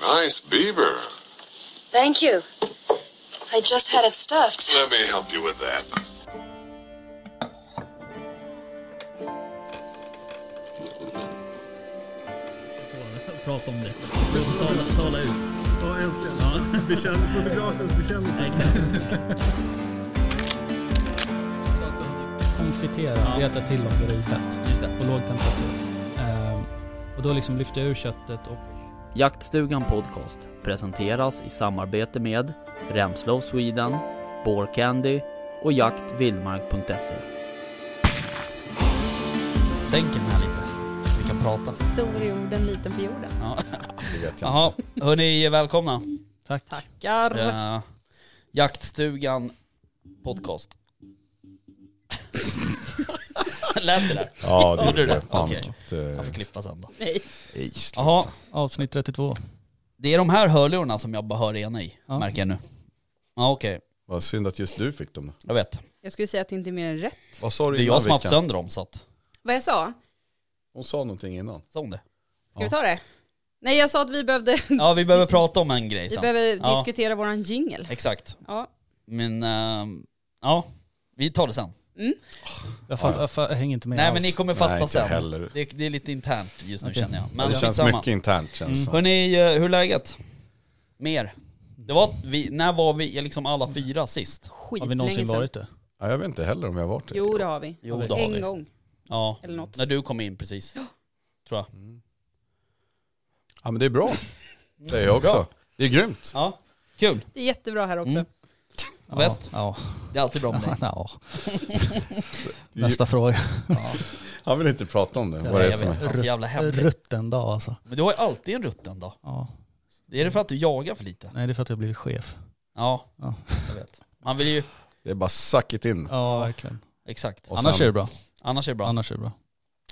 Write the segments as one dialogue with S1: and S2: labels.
S1: Nice beaver.
S2: Thank you. I just had it stuffed.
S1: Let me help you with that.
S3: Prata om det. Tala, tala ut.
S4: Ja, äntligen.
S3: Ja,
S4: Bekänn, fotografens bekännelse.
S3: exakt.
S5: Konfitera,
S3: Ja.
S5: reta till dem det i fett
S3: Just det.
S5: på låg temperatur. Ehm, och då liksom lyfter jag ur köttet och
S6: Jaktstugan Podcast presenteras i samarbete med Remslow Sweden, Candy och jaktvildmark.se.
S3: Sänker den här lite. Så vi kan prata.
S7: Stor i orden, liten på jorden.
S3: Ja.
S8: Det vet jag.
S3: Jaha, hörni välkomna.
S5: tack.
S7: Tackar.
S3: Eh, jaktstugan podcast. Lät det där?
S8: Ja, det
S3: Gjorde
S8: gjorde
S3: du
S8: det.
S3: det?
S8: Fan,
S3: Okej.
S8: att, eh,
S3: Jag får klippa sen då.
S7: Nej.
S8: nej, sl-
S3: Jaha,
S5: Avsnitt 32.
S3: det är de här hörlurarna som jag bara hör ena i,
S5: Ja.
S3: märker jag nu. Ja okej,
S8: Vad synd att just du fick dem. då.
S3: jag vet.
S7: Jag skulle säga att det inte är mer än rätt.
S8: Vad sa du
S3: Det är
S8: innan,
S3: jag som har haft
S8: Vickan?
S3: sönder dem så att,
S7: Vad jag sa?
S8: Hon sa någonting innan.
S3: sa hon det?
S7: Ska vi ta det? Nej, jag sa att vi behövde,
S3: Ja vi behöver prata om en grej
S7: vi
S3: sen.
S7: behöver
S3: Ja.
S7: diskutera våran jingle.
S3: Exakt.
S7: Ja.
S3: Men ehm, ja, vi tar det sen.
S5: Jag, fatt, jag, fatt, jag hänger inte med
S3: Nej
S5: alls.
S3: men ni kommer
S8: Nej,
S3: fatta
S8: inte
S3: sen.
S8: jag heller.
S3: Det, det är lite internt just nu
S5: Okej.
S3: känner jag.
S8: Men
S3: Men
S8: det känns
S3: skitsamma.
S8: mycket internt känns det som.
S3: Hörni, eh, hur är läget? Mer? Det var, vi, när var vi liksom alla fyra sist?
S7: Skitlänge
S5: Har vi någonsin
S7: sedan.
S5: varit det?
S8: Ja, jag vet inte heller om jag har varit det.
S7: Jo, det har vi.
S3: Jo, det har
S7: en
S3: vi.
S7: gång,
S3: Ja,
S7: eller något.
S3: när du kom in precis. Tror jag.
S8: Ja men det är
S7: Mm.
S8: bra. Det är jag också. Det är grymt.
S3: Ja, kul.
S7: Det är jättebra här också.
S3: Mm. Väst?
S5: Ja.
S3: Det är alltid bra med dig.
S5: ja. ja. Nästa fråga.
S8: Han vill inte prata om det. Vad
S3: Nej,
S8: det är
S3: jag
S8: som
S3: vet,
S8: är.
S3: han är så jävla hemlig.
S5: Rutten dag alltså.
S3: Men du har ju alltid en rutten då.
S5: Ja.
S3: Är det för att du jagar för lite?
S5: Nej det är för att jag blivit chef.
S3: Ja,
S5: Ja.
S3: jag vet. Man vill ju,
S8: Det är bara suck it in.
S5: Ja verkligen.
S3: exakt.
S8: Och
S5: Annars
S8: sen-
S5: är det bra.
S3: Annars är det bra.
S5: Annars är det bra.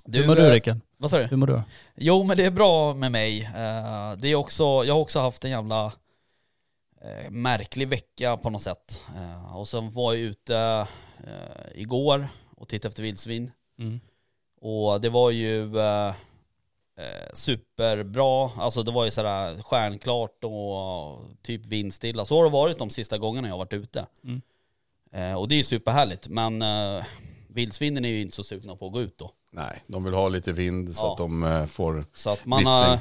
S3: Du,
S5: Hur mår du
S3: eh,
S5: Rickard?
S3: Vad sa du?
S5: Hur mår du?
S3: Jo men det är bra med mig. Eh, Det är också, jag har också haft en jävla eh, märklig vecka på något sätt. Eh, Och sen var jag ute eh, igår och tittade efter vildsvin.
S5: Mm.
S3: Och det var ju eh, eh, superbra, alltså det var ju sådär stjärnklart och typ vindstilla. Så har det varit de sista gångerna jag har varit ute.
S5: Mm.
S3: Eh, Och det är ju superhärligt, men eh, vildsvinen är ju inte så sugna på att gå ut då.
S8: Nej, de vill ha lite vind så
S3: Ja.
S8: att de eh, får...
S3: Så att man
S8: Vittring.
S3: har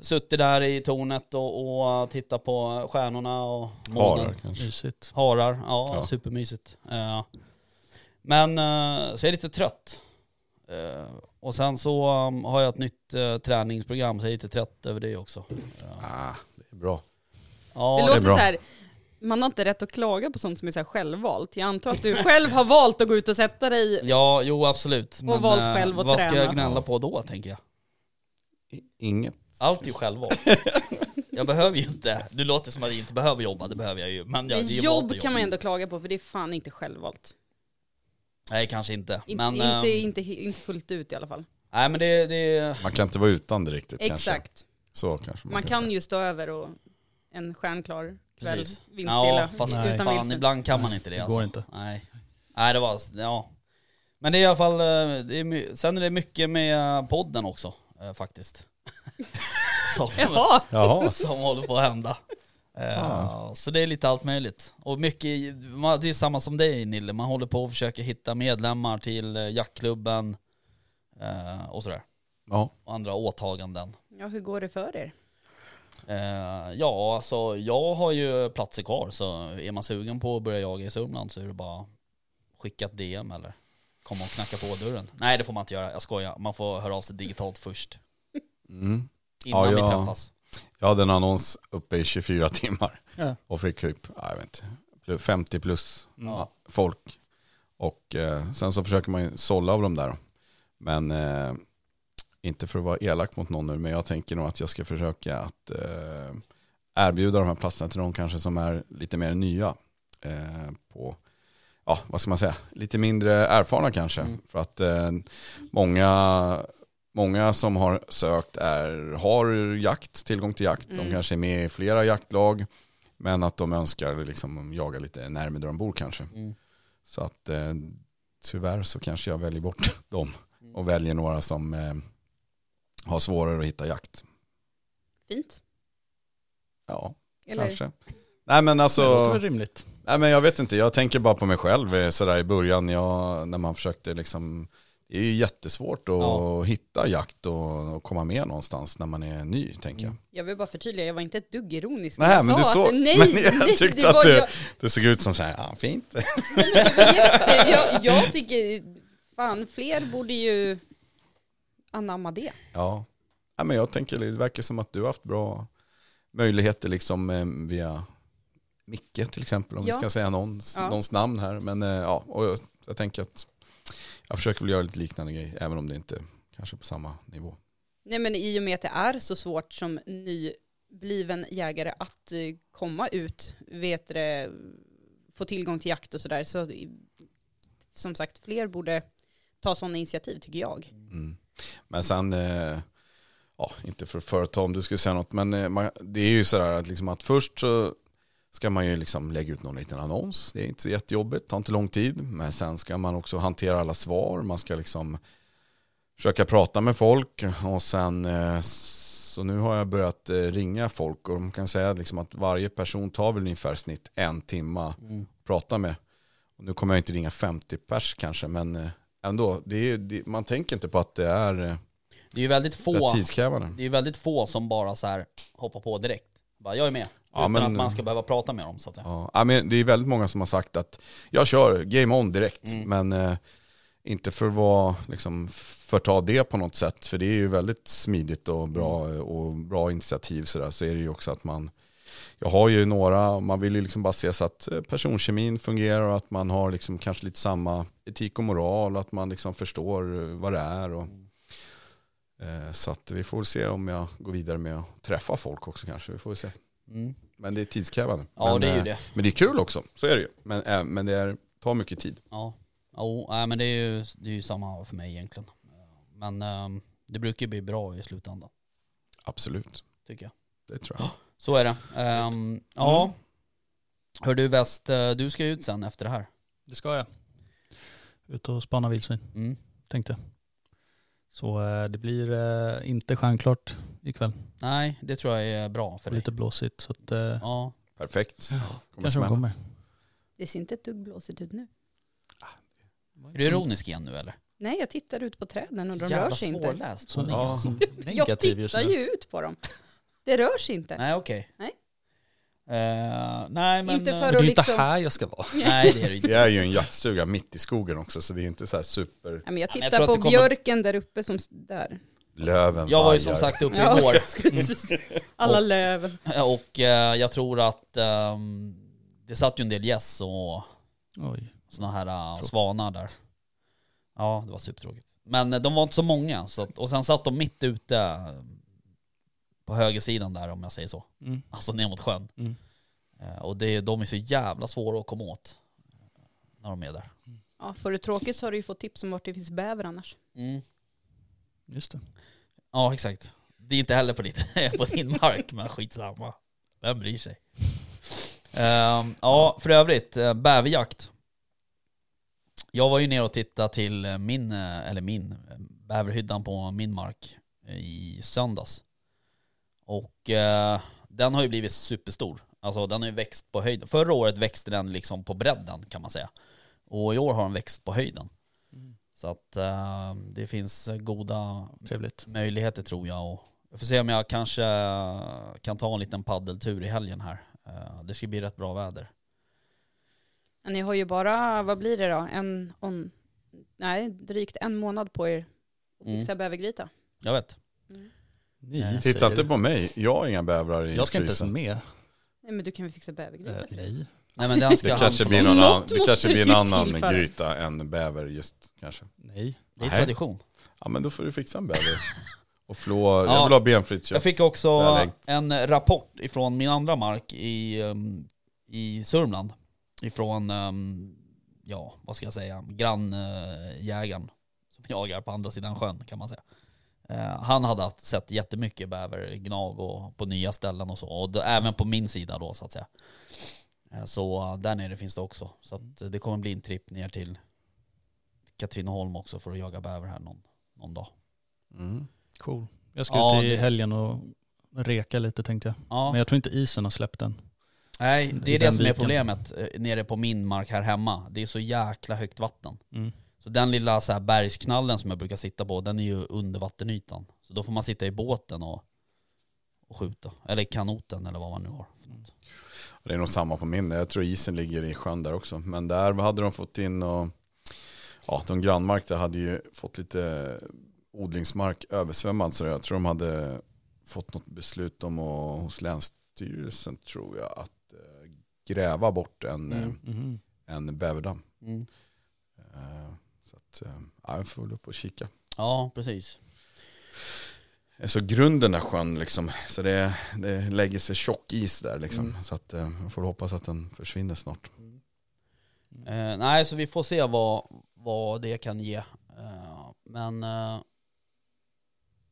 S3: suttit där i tornet och, och tittat på stjärnorna och månen.
S8: Harar kanske.
S5: Mysigt.
S3: Harar, ja,
S8: Ja.
S3: supermysigt. Eh, men eh, så jag är lite trött. Eh, och sen så um, har jag ett nytt eh, träningsprogram så jag är lite trött över det också.
S8: Ah, det är bra.
S3: Ja,
S7: det
S3: det-
S7: låter
S8: bra.
S7: så här, man har inte rätt att klaga på sånt som är så här självvalt. Jag antar att du själv har valt att gå ut och sätta dig i...
S3: ja, jo absolut.
S7: Och valt
S3: eh,
S7: själv att
S3: Vad ska jag
S7: träna.
S3: gnälla på då tänker jag?
S8: I- Inget.
S3: Allt är ju självvalt. jag behöver ju inte, du låter som att jag inte behöver jobba, det behöver jag ju. Men, jag,
S7: Men
S3: det är ju valt att
S7: jobb kan
S3: jobba.
S7: man ändå klaga på för det är fan inte självvalt.
S3: Nej kanske inte.
S7: Inte,
S3: men,
S7: inte,
S3: ehm,
S7: inte, inte fullt ut i alla fall.
S3: Nej men det, det
S8: Man kan inte vara utan det riktigt kanske.
S7: Exakt.
S8: Så kanske man,
S7: Man
S8: kan
S7: kan ju stå över och en stjärnklar kväll,
S3: Precis.
S7: vindstilla.
S3: Ja fast
S5: Nej.
S7: utan
S3: fan
S7: vildsvin.
S3: ibland kan man inte det
S5: Det
S3: alltså.
S5: går inte.
S3: Nej. Nej det var, ja. Men det är i alla fall, eh, det är, my- sen är det mycket med podden också eh, faktiskt. som,
S7: Jaha,
S8: Jaha.
S3: som håller på att hända. Eh,
S5: Ah.
S3: Så det är lite allt möjligt. Och mycket, i- man- det är samma som dig Nille, man håller på att försöka hitta medlemmar till eh, jaktklubben eh, och sådär.
S8: Ja.
S3: Och andra åtaganden.
S7: ja, hur går det för er?
S3: Eh, ja, alltså jag har ju platser kvar så är man sugen på att börja jaga i Sörmland så är det bara skicka ett DM eller komma och knacka på dörren. Nej det får man inte göra, jag skojar. Man får höra av sig digitalt först.
S8: Mm.
S3: Innan
S8: Ja,
S3: vi
S8: ja.
S3: träffas.
S8: Jag hade en annons uppe i 24 timmar
S5: Ja.
S8: och fick typ, ja, jag vet inte, 50 plus
S5: Mm.
S8: ja, folk. Och eh, sen så försöker man ju sålla av dem där. Men eh, inte för att vara elak mot någon nu, men jag tänker nog att jag ska försöka att eh, erbjuda de här platserna till de kanske som är lite mer nya eh, på, ja vad ska man säga, lite mindre erfarna kanske.
S3: Mm.
S8: För att eh, många Många som har sökt är, har jakt, tillgång till jakt. De
S7: Mm.
S8: kanske är med i flera jaktlag. Men att de önskar liksom jaga lite närmare där de bor kanske.
S3: Mm.
S8: Så att eh, tyvärr så kanske jag väljer bort dem. Och väljer några som eh, har svårare att hitta jakt.
S7: Fint.
S8: Ja,
S7: Eller?
S8: kanske. Nej men alltså...
S9: Det låter väl rimligt.
S8: Nej men jag vet inte, jag tänker bara på mig själv eh, sådär i början jag, när man försökte liksom, det är ju jättesvårt att
S3: Ja.
S8: hitta jakt och, och komma med någonstans när man är ny tänker jag.
S7: Jag vill bara förtydliga, jag var inte ett dugg ironisk.
S8: Nej,
S7: jag
S8: men
S7: sa
S8: du såg-
S7: att, nej,
S8: men jag
S7: nej,
S8: tyckte
S7: det
S8: att
S7: var
S8: du-
S7: jag,
S8: Det såg ut som såhär, ja fint.
S7: jag, jag tycker, fan fler borde ju anamma det.
S8: Ja, Nej, men jag tänker det verkar som att du har haft bra möjligheter liksom eh, via Micke till exempel om vi
S7: Ja.
S8: ska säga någons,
S7: Ja.
S8: någons namn här. Men eh, ja, och jag, jag tänker att jag försöker väl göra lite liknande grej även om det inte kanske är på samma nivå.
S7: Nej men i och med att det är så svårt som nybliven jägare att eh, komma ut, vet det, få tillgång till jakt och sådär, så i- som sagt fler borde ta sådana initiativ tycker jag.
S8: Mm. Men sen, eh, ja, inte för att företa om du skulle säga något, men eh, man, det är ju sådär att, liksom att först så ska man ju liksom lägga ut någon liten annons. Det är inte så jättejobbigt, tar inte lång tid. Men sen ska man också hantera alla svar, man ska liksom försöka prata med folk och sen eh, så nu har jag börjat eh, ringa folk och de kan säga liksom att varje person tar väl ungefär snitt en timma att prata med. Och nu kommer jag inte ringa 50 pers kanske men eh, ändå, det är, det, man tänker inte på att det är eh,
S3: Det är ju väldigt få,
S8: rätt tidskrävande.
S3: det är ju väldigt få som bara så här hoppar på direkt. Bara, jag är med.
S8: Ja,
S3: Utan
S8: men-
S3: att man ska behöva prata med dem så att säga.
S8: Ja, ja, men det är väldigt många som har sagt att jag kör game on direkt,
S3: Mm.
S8: men eh, inte för att vara, liksom, förta det på något sätt, för det är ju väldigt smidigt och bra,
S3: Mm.
S8: och bra initiativ sådär, så är det ju också att man, jag har ju några, man vill ju liksom bara se så att eh, personkemin fungerar och att man har liksom kanske lite samma etik och moral och att man liksom förstår eh, vad det är. Och,
S3: Mm.
S8: eh, så att vi får se om jag går vidare med att träffa folk också kanske, vi får se.
S3: Mm.
S8: Men det är tidskrävande.
S3: Ja,
S8: men,
S3: det är ju
S8: eh,
S3: det.
S8: Men det är kul också, så är det ju. Men, eh, men det är, tar mycket tid.
S3: Ja, jo, nej, men det är, ju, det är ju samma för mig egentligen. Men ehm, det brukar ju bli bra i slutändan,
S8: Absolut,
S3: tycker jag.
S8: det tror jag.
S3: Så är det. Ehm, ja.
S9: Mm.
S3: Hör du Väst, eh, du ska ju ut sen efter det här.
S9: Det ska jag.
S5: Ut och spana vildsvin,
S3: Mm.
S5: tänkte jag. Så eh, det blir eh, inte stjärnklart ikväll.
S3: Nej, det tror jag är bra för dig.
S5: Lite blåsigt så att, eh,
S3: Ja,
S8: Perfekt. Kommer
S5: kanske de
S8: smälla.
S5: kommer.
S7: Det ser inte ett dugg blåsigt ut nu.
S3: är du ironisk igen nu eller?
S7: Nej, jag tittar ut på träden och de rör sig inte.
S3: svårläst.
S5: Så-
S3: hon är,
S5: ja.
S3: alltså.
S7: Jag
S9: Negativ just
S7: tittar
S9: nu.
S7: ju ut på dem. Det rör sig inte.
S3: Nej okej.
S7: Nej.
S3: Eh, nej men...
S7: Inte
S3: eh,
S9: Men
S7: för
S9: det är
S7: att
S9: ju inte
S7: liksom...
S9: här jag ska vara.
S3: Nej det är det inte.
S8: Det är ju en jaktstuga mitt i skogen också, så det är inte så här super
S7: Nej, men jag
S3: Ja, men jag
S7: tittar
S3: tror att
S7: på
S3: det kommer-
S7: björken där uppe som s- där.
S8: löven
S3: Jag var ju som
S8: vajar.
S3: sagt uppe
S7: Ja,
S3: igår
S7: jag skulle precis- Alla
S3: Och-
S7: löven.
S3: och eh, jag tror att ehm, det satt ju en del gäss och
S5: Oj.
S3: sådana här eh, svanar där. Ja, det var supertråkigt. Men eh, de var inte så många. Så att, och sen satt de mitt ute eh, på högersidan där om jag säger så.
S5: Mm.
S3: Alltså ner mot sjön.
S5: Mm.
S3: Eh, Och det, de är så jävla svåra att komma åt eh, när de är där.
S7: Ja, får du tråkigt så har du ju fått tips om vart det finns bäver annars.
S5: Just det.
S3: Ja, exakt. Det är inte heller på, ditt, på din mark, men skitsamma. Vem bryr sig? Ehm, ja, för övrigt, eh, bäverjakt. Jag var ju ner och tittade till eh, min, eh, eller min, eh, bäverhyddan på min mark eh, i söndags. Och eh, den har ju blivit superstor. Alltså den har ju växt på höjden. Förra året växte den liksom på bredden kan man säga. Och i år har den växt på höjden. Så att eh, det finns goda
S5: Trevligt.
S3: möjligheter tror jag. Och jag får se om jag kanske eh, kan ta en liten paddeltur i helgen här. Eh, Det ska bli rätt bra väder.
S7: Men ni har ju bara, vad blir det då, en, on, nej, drygt en månad på er att
S3: Mm.
S7: fixa bävergryta.
S3: Jag vet.
S5: Ni
S3: Eh,
S8: Titta
S5: säger-
S8: inte på mig, jag har inga bävrar i
S9: Jag ska inte ens
S8: frysen.
S9: med.
S7: Nej men du kan väl fixa bävergryta?
S9: Eh, nej.
S3: Äh, Nej men den ska
S8: Det
S3: han
S8: kanske
S3: få-
S8: blir, någon annan,
S7: Något
S8: det
S7: måste
S8: kanske blir en
S7: ju
S8: annan
S7: tillföra.
S8: gryta än bäver just kanske.
S9: nej.
S3: Det är
S8: Nej.
S3: tradition.
S8: Ja men då får du fixa en bäver. och flå,
S3: Ja.
S8: jag vill ha benfritt
S3: Jag
S8: kött.
S3: fick också
S8: Där längt.
S3: en rapport ifrån min andra mark i, ehm, i Sörmland. Ifrån, ehm, ja vad ska jag säga, grannjägaren som jagar på andra sidan sjön kan man säga. Eh, Han hade haft, sett jättemycket bävergnag och på nya ställen och så. Och då, även på min sida då så att säga. Eh, Så eh, där nere finns det också. Så att eh, det kommer bli en tripp ner till Katrineholm också för att jaga bäver här någon, någon dag.
S8: Mm.
S5: Cool. Jag ska
S3: Ja,
S5: ut i
S3: det-
S5: helgen och reka lite tänkte jag.
S3: Ja.
S5: Men jag tror inte isen har släppt den.
S3: Nej, det
S5: Mm, i
S3: är det
S5: den
S3: som är
S5: viken.
S3: problemet eh, nere på min mark här hemma. Det är så jäkla högt vatten.
S5: Mm.
S3: Så den lilla så här bergsknallen som jag brukar sitta på, den är ju under vattenytan. Så då får man sitta i båten och, och skjuta. Eller kanoten eller vad man nu har.
S8: Det är nog samma på min. Jag tror isen ligger i sjön där också. Men där hade de fått in och ja, de grannmark där hade ju fått lite odlingsmark översvämmad. Så jag tror de hade fått något beslut om och, hos Länsstyrelsen tror jag att eh, gräva bort en,
S3: Mm.
S8: eh, en bäverdamm.
S3: Mm.
S8: Eh, så att, eh, ja, jag får väl upp och kika.
S3: Ja, precis.
S8: Så grunden är sjön liksom. Så det, det lägger sig tjock is där liksom.
S3: Mm.
S8: Så att, eh, jag får hoppas att den försvinner snart.
S3: Eh, nej, så vi får se vad, vad det kan ge. Eh, men eh,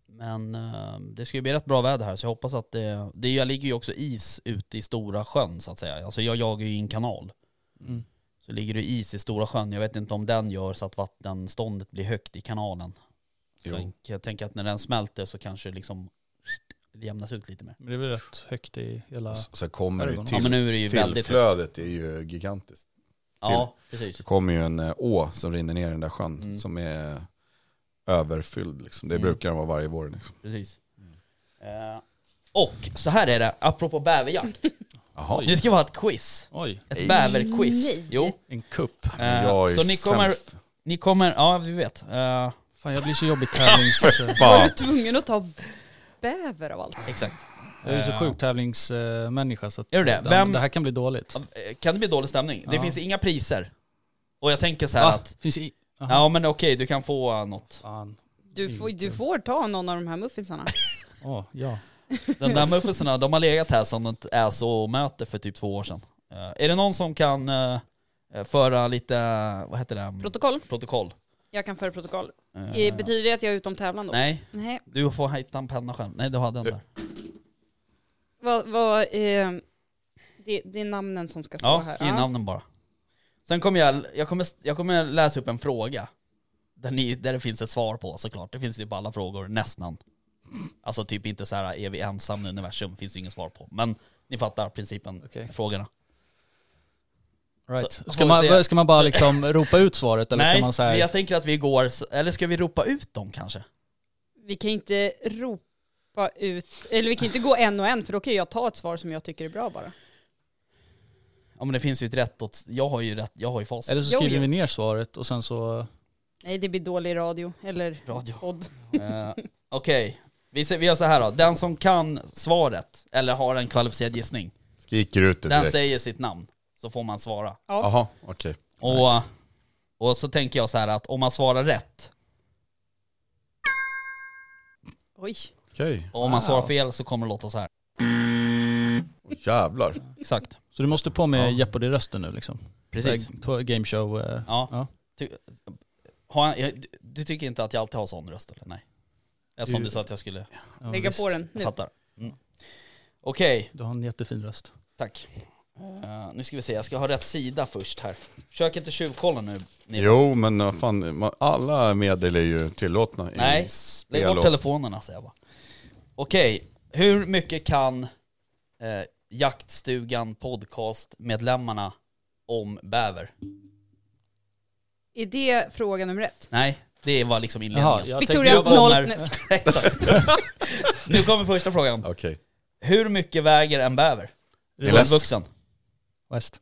S3: men eh, det ska ju bli rätt bra väder här så jag hoppas att det... det jag ligger ju också is ute i Stora sjön så att säga. Alltså jag jagar ju i en kanal.
S5: Mm.
S3: Så ligger det is i Stora sjön. Jag vet inte om den gör så att vattenståndet blir högt i kanalen.
S8: Jo.
S3: Jag, jag tänker att när den smälter så kanske det liksom jämnas ut lite mer.
S5: Men det är väl rätt högt i hela...
S8: Så, så kommer det ju
S5: Ja,
S8: till
S3: Ja men nu är det ju väldigt högt.
S8: Tillflödet är ju gigantiskt.
S3: Ja precis.
S8: Det kommer ju en eh, å som rinner ner i den där sjön
S3: Mm.
S8: som är överfylld. Liksom. Det
S3: Mm.
S8: brukar den vara varje vår. Liksom.
S3: precis. Eh, och så här är det, apropå
S8: Mm.
S3: bäverjakt.
S8: Jaha,
S3: Det ska vara ett quiz.
S5: Oj,
S3: Ett bäverquiz. Jo.
S5: en kupp.
S3: Eh,
S8: jag är
S3: så ni kommer,
S8: sämst.
S3: ni kommer, ja vi vet. Eh,
S5: Fan jag blir så jobbig tävlings... eh,
S7: Var du
S8: Fan.
S7: tvungen att ta bäver av allt?
S3: exakt.
S5: jag är så
S3: Eh,
S5: sjuk tävlingsmänniska så att
S3: Är du det?
S5: Den,
S3: Vem-
S5: det här kan bli dåligt.
S3: eh, Kan det bli dålig stämning? Det
S5: Ja.
S3: finns inga priser. Och jag tänker så här
S5: Va?
S3: att,
S5: Ah, Finns i... Aha.
S3: ja men okej du kan få eh, något.
S5: Fan.
S3: Mm,
S7: Du får, du får ta någon av de här muffinsarna.
S5: Åh, ja.
S3: Den där muffinsarna, de har legat här som ett äso-möte för typ två år sedan. Eh, är det någon som kan eh, föra lite, vad heter det?
S7: Protokoll.
S3: Protokoll.
S7: Jag kan föra protokoll.
S3: Eh,
S7: Eh, Betyder det att jag är utom tävlan då?
S3: nej,
S7: Nej.
S3: du får hitta en penna själv. Nej du hade den där.
S7: Vad, vad, eh, det, det är namnen som ska stå
S3: Ja,
S7: här.
S3: skriv namnen bara. Sen kommer jag, jag kommer, jag kommer läsa upp en fråga. Där, ni, där det finns ett svar på såklart. Det finns ju på alla frågor, nästan. Alltså typ inte så här är vi ensamma i universum? Finns det inget svar på. Men ni fattar principen,
S5: Okej.
S3: frågorna.
S5: Right.
S3: Så,
S5: ska,
S3: får vi se.
S5: man, ska man bara liksom ropa ut svaret eller
S3: Nej,
S5: ska man så här...
S3: men jag tänker att vi går, s- eller ska vi ropa ut dem kanske?
S7: Vi kan inte ropa ut, eller vi kan inte gå en och en för då kan jag ta ett svar som jag tycker är bra bara.
S3: Ja men det finns ju ett rätt åt, jag har ju rätt, jag har ju facit.
S5: Eller så
S7: Jo,
S5: skriver
S7: jo.
S5: vi ner svaret och sen så...
S7: Nej det blir dålig radio, eller
S3: Radio.
S7: podd.
S3: Eh, Okej, vi, ser- vi gör så här då. Den som kan svaret, eller har en kvalificerad gissning,
S8: Skriker ut det
S3: den
S8: direkt.
S3: säger sitt namn. Så får man svara.
S8: Jaha, okej.
S3: Och, eh, och så tänker jag så här att om man svarar rätt,
S7: Oj.
S8: Okej,
S3: och om man svarar fel så kommer det låta så här.
S8: Åh, jävlar.
S3: Exakt.
S5: Så du måste på med
S3: Ja.
S5: Jeopardy-rösten nu liksom?
S3: Precis.
S5: Så här, Game show. eh,
S3: Ja.
S5: ja.
S3: Ty, har jag, jag- du- du tycker inte att jag alltid har sån röst eller? Nej. Eftersom
S5: Du-
S3: du sa att jag skulle,
S5: ja,
S7: Lägga
S5: visst.
S7: på den
S3: jag
S7: nu.
S3: fattar. Mm. Okej,
S5: Du har en jättefin röst.
S3: tack. Eh, nu ska vi se, jag ska ha rätt sida först här. Försök inte tjuvkolla nu. Nils.
S8: Jo, men vad fan, man- alla medel är ju tillåtna i
S3: Nej,
S8: spel
S3: Lägg bort
S8: och-
S3: telefonerna säger jag bara. Okej, hur mycket kan eh, Jaktstugan podcastmedlemmarna om bäver?
S7: Är det fråga nummer ett?
S3: Nej, det var liksom inledningen.
S5: jag
S7: Victoria,
S3: tänkte-
S7: noll.
S3: Jag
S7: Nej, jag skojar.
S3: Exakt. nu kommer första frågan.
S8: Okej.
S3: Hur mycket väger en bäver? Du
S8: Läst.
S3: är vuxen.
S5: West.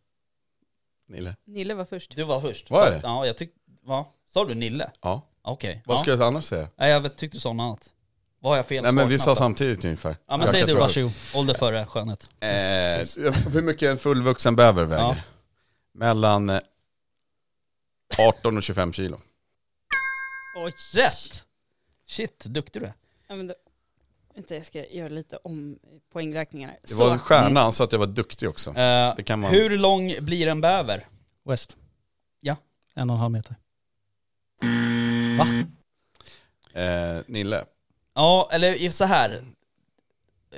S8: Nille.
S7: Nille var först.
S3: Du var först.
S8: Vad är det?
S3: Ja, jag tyckte... Va? Sa du Nille?
S8: Ja.
S3: Okej.
S8: Vad
S3: ja.
S8: ska jag annars säga?
S3: Nej, jag tyckte du sa något annat. Vad har jag fel?
S8: Nej men vi
S3: Svarsknapp
S8: sa
S3: då?
S8: samtidigt ungefär.
S3: Ja men
S8: Jag
S3: säg
S8: kan
S3: du
S8: tro-
S5: Varsågod.
S3: Ålder före skönhet.
S8: Eh, hur mycket en fullvuxen bäver väger?
S3: Ja.
S8: Mellan eh, 18 och 25 kilo.
S7: Oj.
S3: Rätt! Shit, duktig du är.
S7: Ja, men då, vänta jag ska göra lite om poängräkningarna.
S8: Det
S7: Så.
S8: var en stjärna, han sa att jag var duktig också.
S3: Eh,
S8: Det kan man.
S3: Hur lång blir en bäver?
S5: West.
S3: Ja.
S5: En och en halv meter. Va?
S8: Eh, Nille,
S3: Ja, eller i- så här.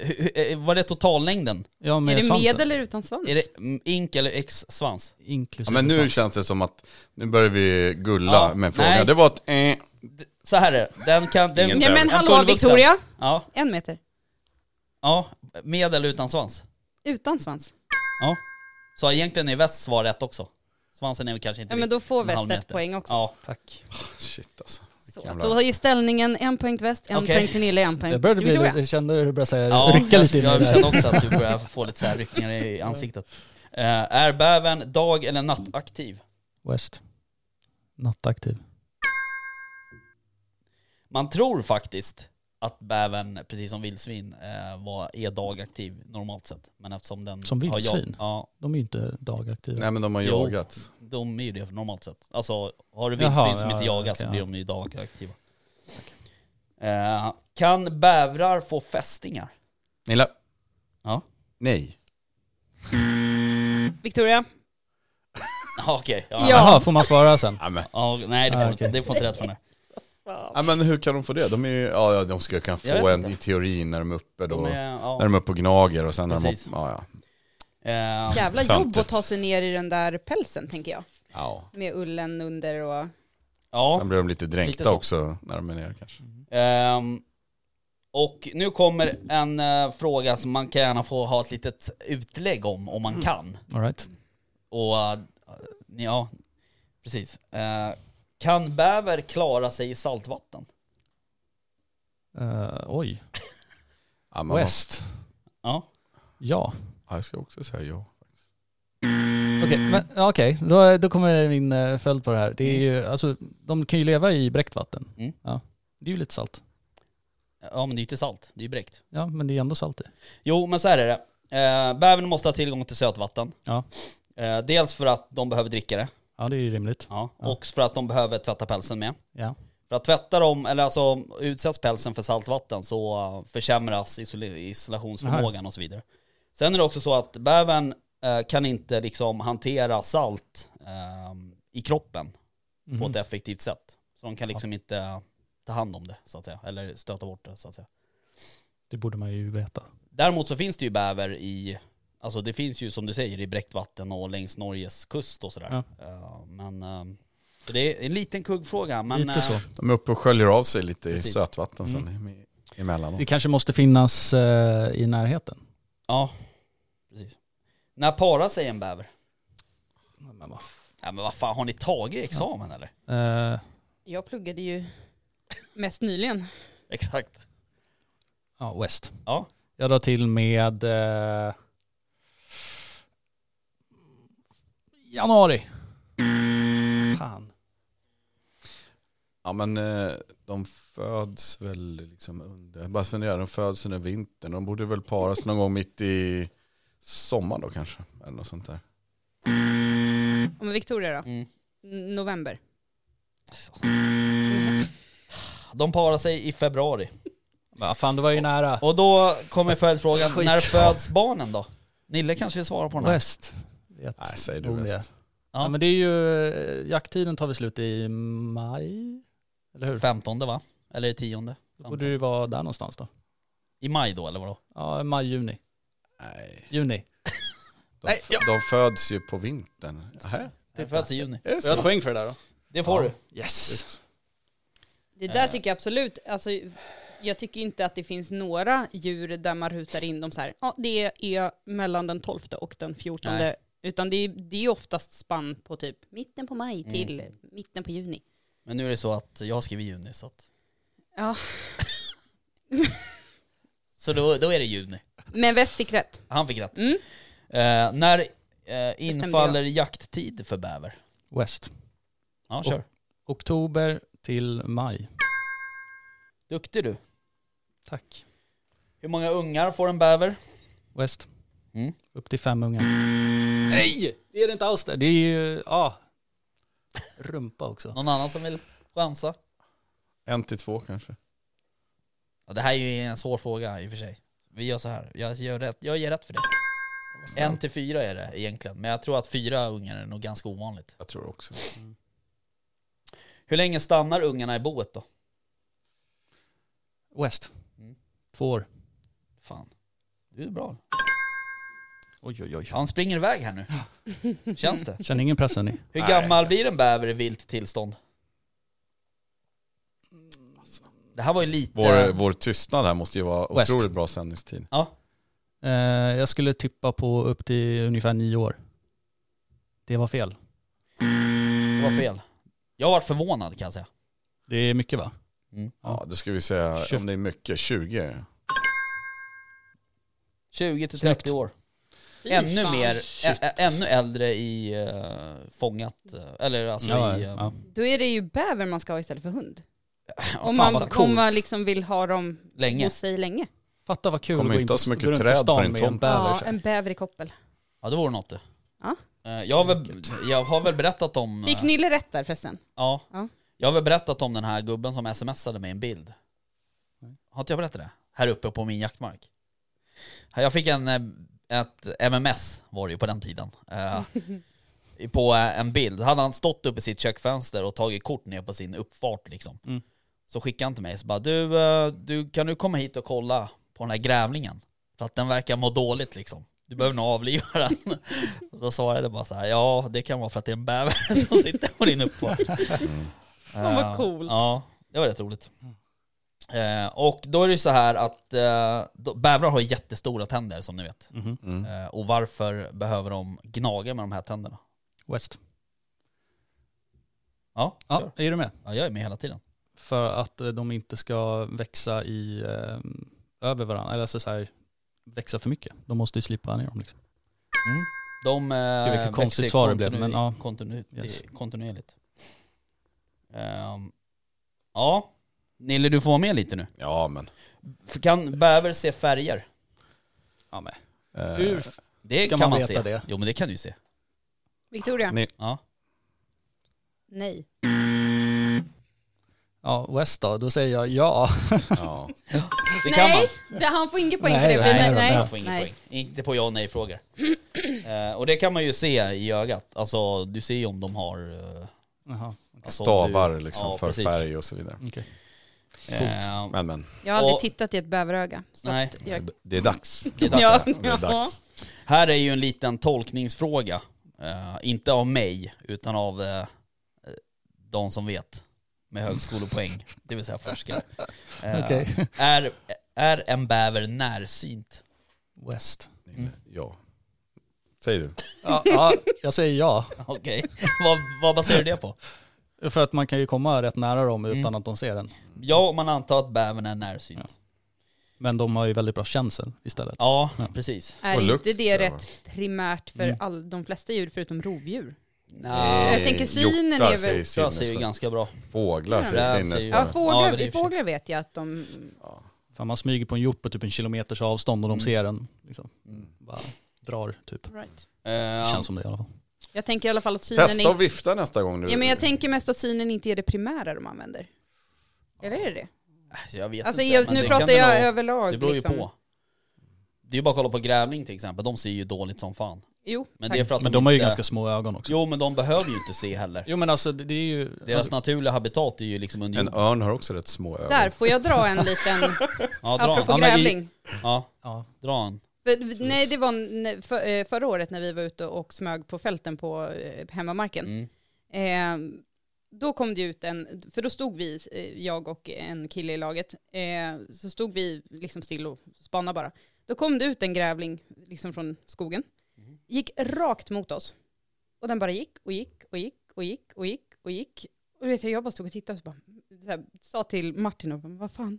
S3: Hu- hu- eh, Var det totallängden?
S5: Ja,
S7: Är
S5: med
S7: det
S5: svansen.
S7: med eller utan svans?
S3: Är det mm, ink eller x-svans?
S5: Inklusive
S8: ja, men nu
S5: svans.
S8: känns det som att nu börjar vi gulla
S3: Ja,
S8: med frågan.
S3: nej.
S8: Det var ett eh,
S3: Så här är det. Den kan... Den,
S8: Ingen
S7: Nej men
S3: En
S7: hallå
S3: fullvuxen.
S7: Victoria,
S3: Ja,
S7: en meter.
S3: Ja, med eller utan svans?
S7: Utan svans.
S3: Så egentligen är väst svar rätt också. Svansen är väl kanske inte
S7: Ja, men då får
S3: en halv
S7: väst ett
S3: meter.
S7: poäng också.
S3: Ja,
S5: Tack.
S8: Shit alltså.
S7: Så,
S8: jävla-
S7: då är ställningen en poäng till väst, en
S3: Okej.
S7: poäng till Nille, en poäng
S5: Jag började
S7: till
S5: bli
S7: Victoria.
S5: lite, jag kände hur du började säga,
S3: ja
S5: rycka lite in i
S3: jag,
S5: det
S3: jag kände
S5: där.
S3: också att du börjar få lite så här ryckningar i ansiktet. Eh, är bävern dag eller nattaktiv?
S5: West. Nattaktiv.
S3: Man tror faktiskt att bävern, precis som vildsvin, eh, var, är dagaktiv normalt sett. Men eftersom den
S5: Som
S3: har jag-
S5: vildsvin?
S3: Ja,
S5: De är ju inte dagaktiva.
S8: Nej men de har
S3: Jo.
S8: jagat.
S3: de är ju det normalt sett. Alltså har du vildsvin
S5: Jaha,
S3: som
S5: ja,
S3: inte
S5: ja,
S3: jagas
S5: okej,
S3: så blir
S5: ja.
S3: de ju dagaktiva. Eh, kan bävrar få fästingar?
S8: Nilla.
S3: Ja.
S8: Nej.
S7: Victoria,
S3: Ja, Okej, ja.
S7: Ja.
S5: Jaha, får man svara sen?
S8: Ja, men.
S3: Ja, nej det får,
S5: Ah,
S3: man inte,
S5: okej.
S3: det får inte rätt från det.
S8: Ja, men hur kan de få det? De är ju, ja ja, de ska kan
S3: Jag
S8: få
S3: vet
S8: en
S3: inte.
S8: i teorin när de är uppe då.
S3: De är,
S8: När
S3: ja.
S8: de är uppe och gnager och sen när de
S3: Precis.
S8: upp, ja, ja.
S3: Eh,
S7: jävla
S8: Töntigt.
S7: jobb att ta sig ner i den där pälsen tänker jag.
S8: ja.
S7: Med ullen under och...
S3: ja.
S8: Sen blir de lite
S3: Lite
S8: dränkta
S3: så.
S8: också när de är nere kanske.
S3: Ehm, och nu kommer en eh, fråga som man kan gärna få ha ett litet utlägg om,
S5: Mm.
S3: om man kan.
S5: All right.
S3: Och eh, ja, precis. Eh, kan bäver klara sig i saltvatten?
S5: Eh, oj.
S8: Ja, men
S5: West.
S3: Ja.
S5: Ja.
S8: vad- Ja, jag ska också säga ja.
S5: Okej, men ja, okej. Då, då kommer min eh, följd på det här. Det är ju, alltså, de kan ju leva i bräckt vatten.
S3: Mm.
S5: Ja. Det är ju lite salt.
S3: Ja men det är ju inte salt, det är ju bräckt.
S5: Ja, men det är ändå salt i.
S3: Jo men så här är det. Eh, bävern måste ha tillgång till sötvatten.
S5: Ja.
S3: Eh, dels för att de behöver dricka det.
S5: Ja, det är ju rimligt.
S3: Ja.
S5: Ja.
S3: Och för att de behöver tvätta pälsen med.
S5: Ja.
S3: För att tvätta dem, eller alltså utsätts pälsen för saltvatten så eh, försämras isol- isolationsförmågan och så vidare. Sen är det också så att bävern eh, kan inte liksom hantera salt eh, i kroppen
S5: Mhm.
S3: på ett effektivt sätt. Så de kan liksom inte ta hand om det så att säga, eller stöta bort det så att säga.
S5: Det borde man ju veta.
S3: Däremot så finns det ju bäver i, alltså det finns ju som du säger i bräckt vatten och längs Norges kust och sådär. Eh, men eh, så det är en liten kuggfråga. Men,
S5: Lite
S3: eh,
S5: så.
S8: De är uppe och sköljer av sig lite i
S3: Precis.
S8: sötvatten sen mm. emellanåt.
S5: Det kanske måste finnas eh, i närheten.
S3: Ja, precis. När parar sig en bäver?
S5: Men vad f-
S3: Ja men vad fan, har ni tagit examen eller?
S5: eh,
S7: Jag pluggade ju mest nyligen.
S3: Exakt.
S5: ja, West.
S3: Ja.
S5: Jag drar till med eh, januari. Fan.
S8: Ja men eh, de föds väl liksom under, bara fundera, de föds under vintern. De borde väl paras någon gång mitt i sommaren då kanske. Eller något sånt där.
S7: Och med Victoria då?
S3: Mm.
S7: N- November.
S3: De parar sig i februari.
S5: Va, fan, det var ju nära.
S3: Och då kommer följdfrågan,
S5: Skit.
S3: när föds barnen då? Nille kanske vill svara på den här?
S5: West. Vet.
S8: Nej, säger du
S5: Oh, ja.
S8: bäst.
S5: Ja. men det är ju, eh, jakttiden tar väl slut i maj? Eller hur?
S3: Femtonde va? Eller tionde?
S5: Då borde det ju vara där någonstans då.
S3: I maj då eller vadå?
S5: Ja, maj, juni.
S8: Nej,
S5: Juni.
S8: de, f- de föds ju på vintern. Aha,
S3: Det föds i juni.
S8: är det
S5: Jag har ett
S8: så?
S5: poäng för det där då.
S3: Det får
S8: Ja.
S3: du.
S5: Yes.
S7: Det där
S3: Eh.
S7: tycker jag absolut, alltså, jag tycker inte att det finns några djur där man rutar in dem så här, ja det är mellan den 12 och den 14.
S3: Nej.
S7: Utan det är, det är oftast spann på typ mitten på maj till
S3: Mm.
S7: mitten på juni.
S3: Men nu är det så att jag skriver juni så att...
S7: Ja.
S3: Så då, då är det juni.
S7: Men väst fick rätt.
S3: Han fick rätt.
S7: Mm.
S3: Eh, när eh,
S7: jag.
S3: infaller jakttid för bäver?
S5: West.
S3: Ja, kör.
S5: Oktober till maj.
S3: Duktig du.
S5: Tack.
S3: Hur många ungar får en bäver?
S5: West.
S3: Mm.
S5: Upp till fem ungar. Nej! Det är det inte alls det. Det är ju, ja. Rumpa också.
S3: Någon annan som vill chansa?
S8: En till två kanske.
S3: Ja, det här är ju en svår fråga i och för sig. Vi gör så här, jag, gör rätt. jag ger rätt för det. En till fyra är det egentligen, men jag tror att fyra ungar är nog ganska ovanligt.
S8: Jag tror också.
S3: Hur länge stannar ungarna i boet då?
S5: West.
S3: Mm.
S5: Två år.
S3: Fan, du är bra.
S5: Oj, oj, oj.
S3: Han springer iväg här nu. Känns det?
S5: Känner ingen press hörni.
S3: Hur
S8: Nej.
S3: gammal blir en bäver i vilt tillstånd? Det här var ju lite...
S8: Vår, eh, vår tystnad här måste ju vara
S5: West.
S8: otroligt bra sändningstid.
S3: Ja,
S5: Eh, jag skulle tippa på upp till ungefär nio år. Det var fel.
S3: det var fel. Jag har varit förvånad kan jag säga.
S5: Det är mycket va?
S8: Ja, då ska vi säga om det är mycket, 20.
S3: 20 till
S5: Snyggt.
S3: 30 år.
S7: Fy
S3: Ännu
S7: fan.
S3: mer, ä, ä, ännu äldre i eh, fångat, eh, eller alltså i... eh,
S7: Då är det ju bäver man ska ha istället för hund.
S3: fan
S7: Om man,
S3: vad coolt.
S7: om man liksom vill ha dem
S3: eh, Länge.
S7: hos sig länge.
S5: Fatta vad kul
S8: Kommer inte ha så
S5: gå
S8: mycket
S5: runt på
S8: träd på
S5: stan
S8: din
S5: med en
S8: tomt.
S5: bäver.
S7: Ja,
S5: så här.
S7: en bäver i koppel.
S3: Ja det vore något det.
S7: Ja.
S3: Eh, Jag har, väl, jag har väl berättat om... eh,
S7: Fick Nille rätt där förresten?
S3: Ja.
S7: Ja.
S3: Jag har väl berättat om den här gubben som smsade mig en bild. Har inte jag berättat det? Här uppe på min jaktmark. Här, Jag fick en, eh, ett MMS var det ju på den tiden. Eh, på eh, en bild. Hade han stått uppe i sitt köksfönster och tagit kort ner på sin uppfart liksom.
S5: Mm.
S3: Så skickade han till mig så bara du, eh, du kan du komma hit och kolla på den här grävlingen? För att den verkar må dåligt liksom. Du behöver nog avliva den. Och då svarade jag bara så här, ja det kan vara för att det är en bäver som sitter på din uppfart.
S7: Fan
S3: Eh,
S7: vad coolt.
S3: Ja, det var rätt roligt. Eh, och då är det ju så här att eh, då, bävrar har jättestora tänder som ni vet.
S5: Mhm. Mm.
S3: Eh, och varför behöver de gnaga med de här tänderna?
S5: West.
S3: Ja,
S5: Ja, är du med?
S3: ja, jag är med hela tiden.
S5: För att eh, de inte ska växa i, eh, över varandra, eller alltså så här, växa för mycket. De måste ju slipa ner dem liksom.
S3: De eh,
S5: vilket
S3: växer
S5: konstigt svar det blev,
S3: kontinuer-
S5: men ja.
S3: kontinu-
S5: Yes.
S3: kontinuerligt. Ehm, ja, Nille du får vara med lite nu.
S8: Ja, men.
S3: För Kan bäver se färger?
S5: Ja, men.
S8: eh,
S5: Hur
S3: Det
S5: Ska
S3: kan
S5: man
S3: man
S5: veta
S3: se.
S5: det?
S3: Jo men det kan du ju se.
S7: Victoria?
S8: Ni-
S3: Ja.
S7: Nej.
S5: Ja, West då, då säger jag ja.
S8: ja.
S3: Det kan man.
S7: Nej, det, han får inget poäng
S5: Nej,
S7: för det. för
S5: nej, nej,
S3: Man får ingen poäng. Inte på ja och nej-frågor. eh, och det kan man ju se i ögat. Alltså du ser ju om de har... Eh,
S5: Jaha,
S3: alltså, om
S8: Stavar
S3: du-
S8: liksom
S3: Ja,
S8: för
S3: precis.
S8: färg och så vidare.
S3: Mm.
S5: okej.
S3: Eh,
S8: Men men,
S7: Jag har aldrig
S3: Och-
S7: tittat i ett bäveröga. Så
S3: Nej.
S7: Att jag...
S8: det är dags.
S3: Det är dags.
S7: Ja,
S8: Det är dags.
S3: Här är ju en liten tolkningsfråga. Eh, inte av mig, utan av eh, de som vet. Med högskolepoäng, det vill säga forskare. Eh,
S5: Okej.
S3: är, är en bäver närsynt?
S5: West.
S8: Ja. Säger du.
S5: Ja, ja, jag säger ja.
S3: Okej, vad, vad baserar du det på?
S5: För att man kan ju komma rätt nära dem utan att de ser den.
S3: Ja, man antar att bävern är närsynt.
S5: Men de har ju väldigt bra känsel istället.
S3: Ja, precis.
S7: Är
S8: Och lukt,
S7: inte det
S8: tror jag.
S7: rätt primärt för
S3: Mm.
S7: all, de flesta djur förutom rovdjur?
S3: Nja,
S7: Jag tänker synen är
S8: Eh, Hjortar
S7: väl-
S8: säger
S3: Jag ser ju
S8: sinnesfull.
S3: ganska bra.
S8: Fåglar säger
S3: Räv säger ju-
S8: sinnesfull.
S7: Ja,
S3: Ja,
S7: fåglar,
S3: men det är i och för sig.
S7: fåglar vet jag att de...
S5: Fan, man smyger på en hjort på typ en kilometers avstånd och de ser den. Liksom. Bara drar typ.
S7: Right.
S3: Eh,
S5: Känns som det i alla fall.
S7: Jag tänker i alla fall att synen
S8: Testa
S7: inte...
S8: och vifta nästa gång du...
S7: Ja, men jag tänker mest att synen inte är det primära de använder. Eller är det det?
S3: alltså, jag vet
S7: Alltså,
S3: inte,
S7: jag,
S3: men
S7: nu
S3: det kan
S7: pratar
S3: väl
S7: jag
S3: vara-
S7: överlag.
S3: Det beror ju
S7: liksom.
S3: på. Det är ju bara att kolla på grävling till exempel, de ser ju dåligt som fan.
S7: Jo,
S3: Men
S7: tack.
S3: det är för att
S5: Men de har ju
S3: inte-
S5: ganska små ögon också.
S3: Jo men de behöver ju inte se heller.
S5: Jo men alltså det det är ju...
S3: Deras naturliga habitat är ju liksom under
S8: En
S3: jord.
S8: örn har också rätt små ögon.
S7: Där, får jag dra en liten,
S3: Ja dra en.
S7: apropå
S5: Ja, men i-
S7: grävling?
S3: Ja,
S5: Ja.
S3: dra en.
S7: För, nej, det var n- för, eh, förra året när vi var ute och smög på fälten på eh, hemmamarken.
S3: Mm.
S7: Eh, då kom det ut en, för då stod vi, eh, jag och en kille i laget, eh, så stod vi liksom still och spanade bara. Då kom det ut en grävling liksom från skogen, gick rakt mot oss. Och den bara gick och gick och gick och gick och gick och gick. Och du vet, jag bara stod och tittade och så bara, så här, sa till Martin, och bara, vad fan,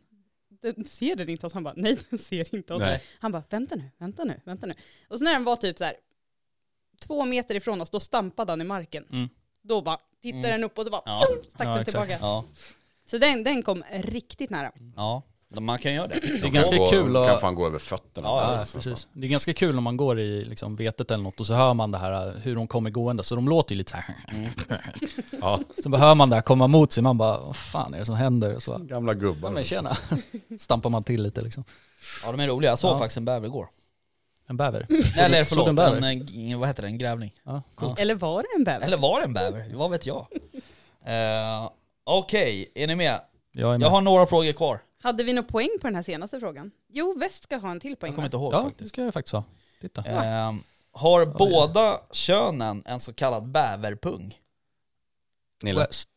S7: den ser den inte oss? Han bara, nej den ser inte oss.
S8: Nej.
S7: Han bara, vänta nu, vänta nu, vänta nu. Och så när den var typ så här, två meter ifrån oss, då stampade han i marken.
S5: Mm.
S7: Då bara, tittade den upp och så bara,
S3: Ja.
S7: pjong, stack
S5: Ja,
S7: den
S5: exakt.
S7: tillbaka.
S3: Ja, Mm.
S7: Så den, den kom riktigt nära.
S3: ja. De- Man kan göra det.
S5: Det är ganska
S8: gå,
S5: kul
S8: kan
S5: att...
S8: fan gå över fötterna. alltså.
S3: Ja,
S5: Ja, precis. Det är ganska kul om man går i liksom, vetet eller något och så hör man det här hur de kommer gående. Så de låter ju lite så här.
S8: Ja,
S5: Så bara hör man det här komma mot sig. Man bara, vad fan är det som händer? Och så bara,
S8: gamla gubbar.
S5: ja, men tjena. Stampar man till lite liksom.
S3: Ja de är roliga. Jag såg
S5: Ja.
S3: faktiskt en bäver igår.
S5: En bäver.
S3: Eller
S5: Såg du
S3: förlåt,
S5: en
S3: en,
S5: bäver?
S3: eh, vad heter det, en grävling.
S5: Ja, coolt.
S7: Eller var det en bäver?
S3: Eller var det en bäver? Vad vet jag? Eh, Okej, är ni med?
S5: Jag är med.
S3: Jag har några frågor kvar.
S7: Hade vi någon poäng på den här senaste frågan? Jo, väst ska ha en till poäng.
S3: Jag kommer
S7: va?
S3: inte ihåg
S5: ja, det
S3: faktiskt.
S5: ska jag faktiskt ha. Titta.
S3: Ehm, har båda könen en så kallad bäverpung?
S8: Nilla,
S5: West.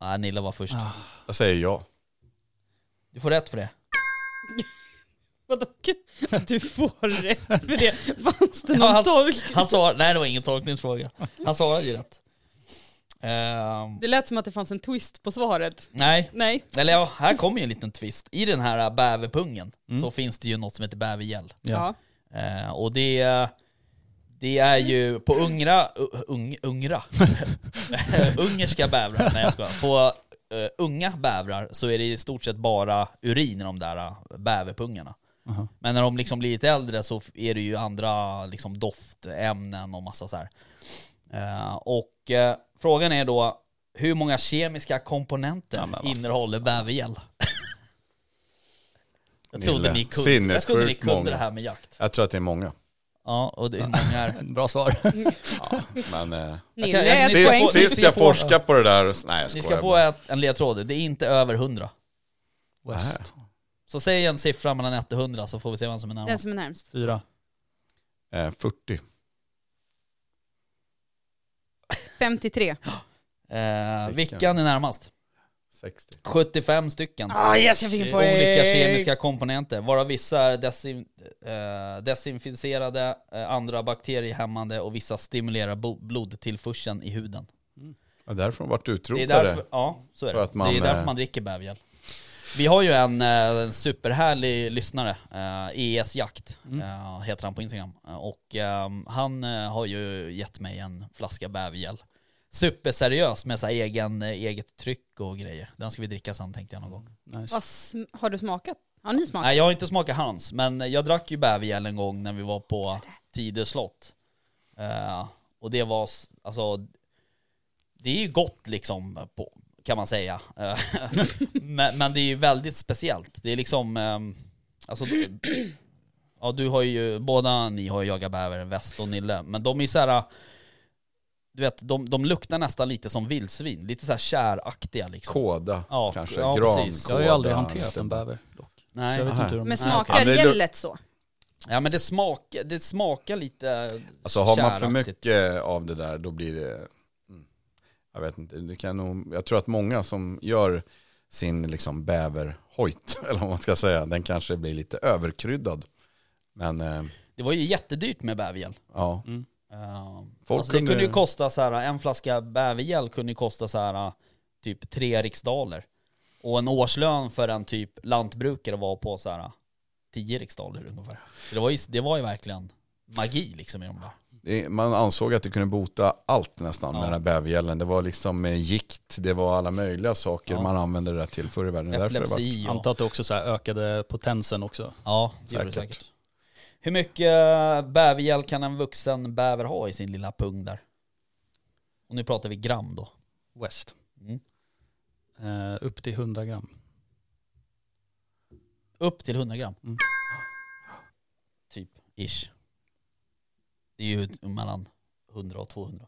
S3: Nej, Nilla var först.
S5: Ah.
S8: jag säger ja.
S3: Du får rätt för det.
S7: Vadå? Du får rätt för det. Fanns det
S3: Ja,
S7: någon
S3: han-
S7: tolk?
S3: Han sa, nej det var ingen tolkningsfråga. Han svarade ju rätt. Ehm,
S7: Det lät som att det fanns en twist på svaret.
S3: nej,
S7: Nej.
S3: eller ja, här kommer ju en liten twist. I den här bäverpungen
S5: Mm.
S3: så finns det ju något som heter bävergäll.
S7: Ja.
S3: Eh, och det, det är ju på ungra, u- ung, ungra, ungerska bävrar, nej jag skojar. På eh, unga bävrar så är det i stort sett bara urin i de där eh, bäverpungarna.
S5: Aha.
S3: Men när de liksom blir lite äldre så f- är det ju andra liksom doftämnen och massa så här. Eh, och eh, frågan är då, hur många kemiska komponenter innehåller bävergäll? Jag trodde,
S8: Nille,
S3: ni kunde, jag trodde ni
S8: sinnessjukt
S3: kunde
S8: många.
S3: det här med jakt.
S8: Jag tror att det är många.
S3: Ja, och det är många är...
S5: Bra svar.
S8: Ja, men eh,
S7: Nille,
S3: jag-
S7: ett
S3: Sist-
S7: poäng.
S8: sist,
S3: får- ni
S8: sist
S3: ska
S8: jag
S3: få-
S8: forskade på det där, så- nej jag
S3: Ni
S8: skojar.
S3: ska få
S8: bara.
S3: ett, en ledtråd, det är inte över 100.
S8: Äh.
S5: West.
S3: Så säg en siffra mellan 1 och 100 så får vi se vem som är
S7: Den
S3: närmast.
S7: som är närmst.
S5: Fyra.
S8: Eh, 40.
S7: 53.
S3: Eh, vilken är närmast?
S8: 60.
S3: 75 stycken.
S7: Ah yes, jag fick en poäng.
S3: Olika kemiska komponenter, varav vissa är desin, eh, desinficerade, eh, andra bakteriehämmande och vissa stimulerar bo- blodtillförseln i huden.
S8: Ja, därför har de varit
S3: Det är
S8: utrotade.
S3: därför, ja, så är
S8: För
S3: det.
S8: att man,
S3: det är därför
S8: eh,
S3: man dricker bävergäll. Vi har ju en, eh, en superhärlig lyssnare, eh, ES Jakt eh, heter han på Instagram. Eh, Och eh, han eh, har ju gett mig en flaska bävergäll. Superseriös med så här egen, eh, eget tryck och grejer. Den ska vi dricka sen tänkte jag någon gång.
S5: Nice.
S7: Vad sm- Har du smakat? Har ni smakat?
S3: Nej jag har inte smakat hans, men jag drack ju bävergäll en gång när vi var på Tidö slott. Eh, och det var, s- alltså, det är ju gott liksom, på, kan man säga. Eh, men, men det är ju väldigt speciellt. Det är liksom, ehm, alltså, ja du har ju, båda ni har ju jagat bäver, väst och Nille, men de är ju så här. Du vet, de, de luktar nästan lite som vildsvin, lite så här käraktiga liksom.
S8: Kåda
S3: Ja,
S8: kanske,
S3: ja,
S8: grankåda.
S3: precis.
S5: Jag har ju aldrig hanterat en bäver dock. Så
S3: Nej.
S5: jag vet inte hur de...
S7: Men
S3: Nej,
S7: smakar
S8: okej.
S7: gället så?
S3: Ja men det smakar, det smakar lite
S8: Alltså har man för
S3: käraktigt.
S8: mycket eh, av det där då blir det, mm, jag vet inte, det kan nog, jag tror att många som gör sin liksom bäverhojt, eller vad man ska säga, den kanske blir lite överkryddad. Men eh,
S3: Det var ju jättedyrt med bävergäll.
S8: ja,
S3: Eh,
S8: Folk
S3: alltså, det
S8: kunde-
S3: kunde ju kosta så här, en flaska bävergäll kunde ju kosta så här typ tre riksdaler. Och en årslön för en typ lantbrukare var på så här tio riksdaler ungefär. Så det var ju, det var ju verkligen magi liksom i de där.
S8: det, man ansåg att det kunde bota allt nästan
S3: Ja.
S8: med den här bävergällen. Det var liksom eh, gikt, det var alla möjliga saker
S3: Ja.
S8: man använde det där till förr i världen. Därför det var,
S3: Epilepsi och...
S5: Antar att det också så här ökade potensen också.
S3: Ja, det gjorde det
S8: Säkert.
S3: säkert. Hur mycket bävergäll kan en vuxen bäver ha i sin lilla pung där? Och nu pratar vi gram då.
S5: West.
S3: Mm.
S5: Eh, upp till 100 gram.
S3: Upp till 100 gram?
S5: Mm.
S3: Typ, ish. Det är ju ett- mellan 100 och 200.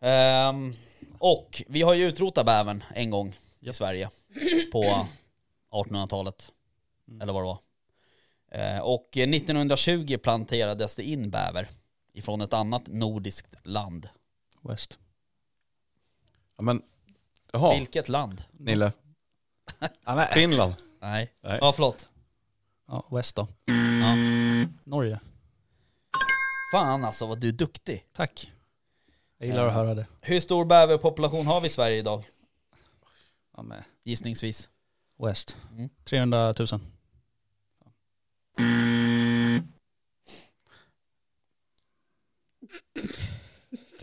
S3: Ehm, och vi har ju utrotat bävern en gång i Sverige på 1800-talet.
S5: Mm.
S3: Eller vad det var. Eh, och 1920 planterades det in bäver ifrån ett annat nordiskt land.
S5: West.
S8: ja, men, jaha,
S3: Vilket land?
S8: Nille,
S5: Ja, men,
S8: Finland.
S3: Nej.
S8: Nej.
S3: Ja, förlåt.
S5: ja, West då.
S3: Ja.
S5: Norge.
S3: Fan alltså vad du är duktig.
S5: Tack. Jag gillar att höra det.
S3: Hur stor bäverpopulation har vi i Sverige idag?
S5: Ja, men,
S3: Gissningsvis.
S5: West.
S3: Mm.
S5: 300 000.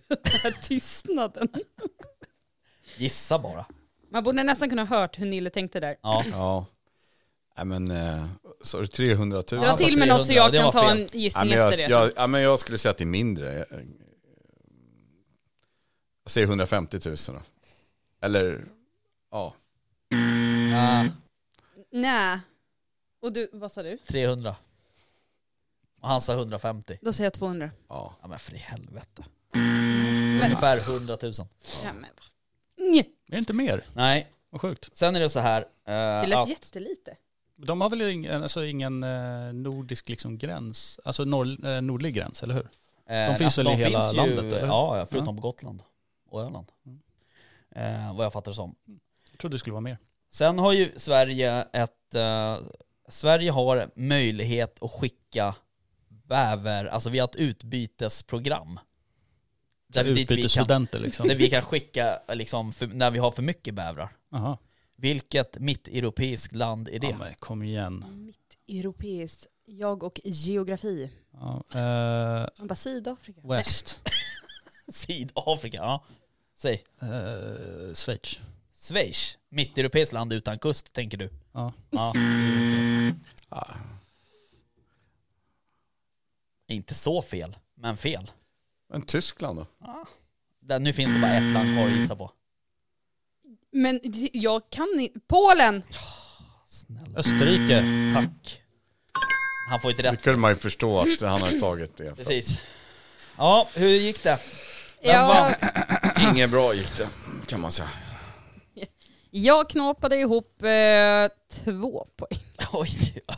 S7: Den här tystnaden.
S3: Gissa bara.
S7: Man borde nästan kunna ha hört hur Nille tänkte där.
S3: Ja.
S8: Ja, Nej, men, eh, så är det 300 000?
S7: Dra
S3: sa
S7: till med något så
S3: 300,
S7: jag
S3: det var
S7: kan ta
S3: fel.
S7: en
S8: Ja,
S7: gissning
S8: men jag,
S7: efter det.
S8: Jag, ja, men jag skulle säga att det är mindre. Jag, jag säger 150 000 då. Eller, ja.
S3: Ah,
S7: Nej. Och du, vad sa du?
S3: 300. Och han sa 150.
S7: Då säger jag 200.
S8: ja.
S3: Ja men för i helvete.
S7: Men,
S3: Ungefär 100 000.
S7: ja, men, vad- Nj,
S5: Är det inte mer?
S3: Nej,
S5: Vad sjukt.
S3: sen är det så här. eh,
S7: det lät
S3: att,
S7: jättelite.
S5: De har väl ingen, alltså ingen eh, nordisk liksom gräns, alltså norr, eh, nordlig gräns, eller hur?
S3: eh,
S5: de finns väl i hela
S3: finns
S5: landet, eller?
S3: Ja, ja, förutom på Gotland och Öland.
S5: Mm.
S3: Eh, vad jag fattar det som.
S5: Jag trodde det skulle vara mer.
S3: Sen har ju Sverige ett... eh, Sverige har möjlighet att skicka bäver, alltså vi har ett utbytesprogram. Där vi, dit vi, kan,
S5: Utbytesstudenter liksom.
S3: där vi kan skicka liksom, för, när vi har för mycket bävrar.
S5: Jaha.
S3: Vilket mitteuropeiskt land är det?
S5: Ja, men kom igen.
S7: Mitt europeiskt. Jag och geografi.
S5: Ja, eh,
S7: Man bara Sydafrika.
S5: West.
S3: Sydafrika, ja. Säg.
S5: Eh, Schweiz.
S3: Schweiz, mitteuropeiskt land utan kust tänker du.
S5: Ja.
S3: Ja.
S8: Ah,
S3: Inte så fel, men fel.
S8: Men Tyskland då?
S3: Där, nu finns det bara ett land kvar att gissa på.
S7: Men det- jag kan inte. Polen!
S3: Snälla.
S5: Österrike.
S3: Tack. Han får inte
S8: Det
S3: rätt.
S8: kunde man ju förstå att han har tagit det. för.
S3: Precis. Ja, hur gick det?
S7: Jag,
S8: Inget bra gick det, kan man säga.
S7: jag knåpade ihop eh, två poäng.
S3: Oj,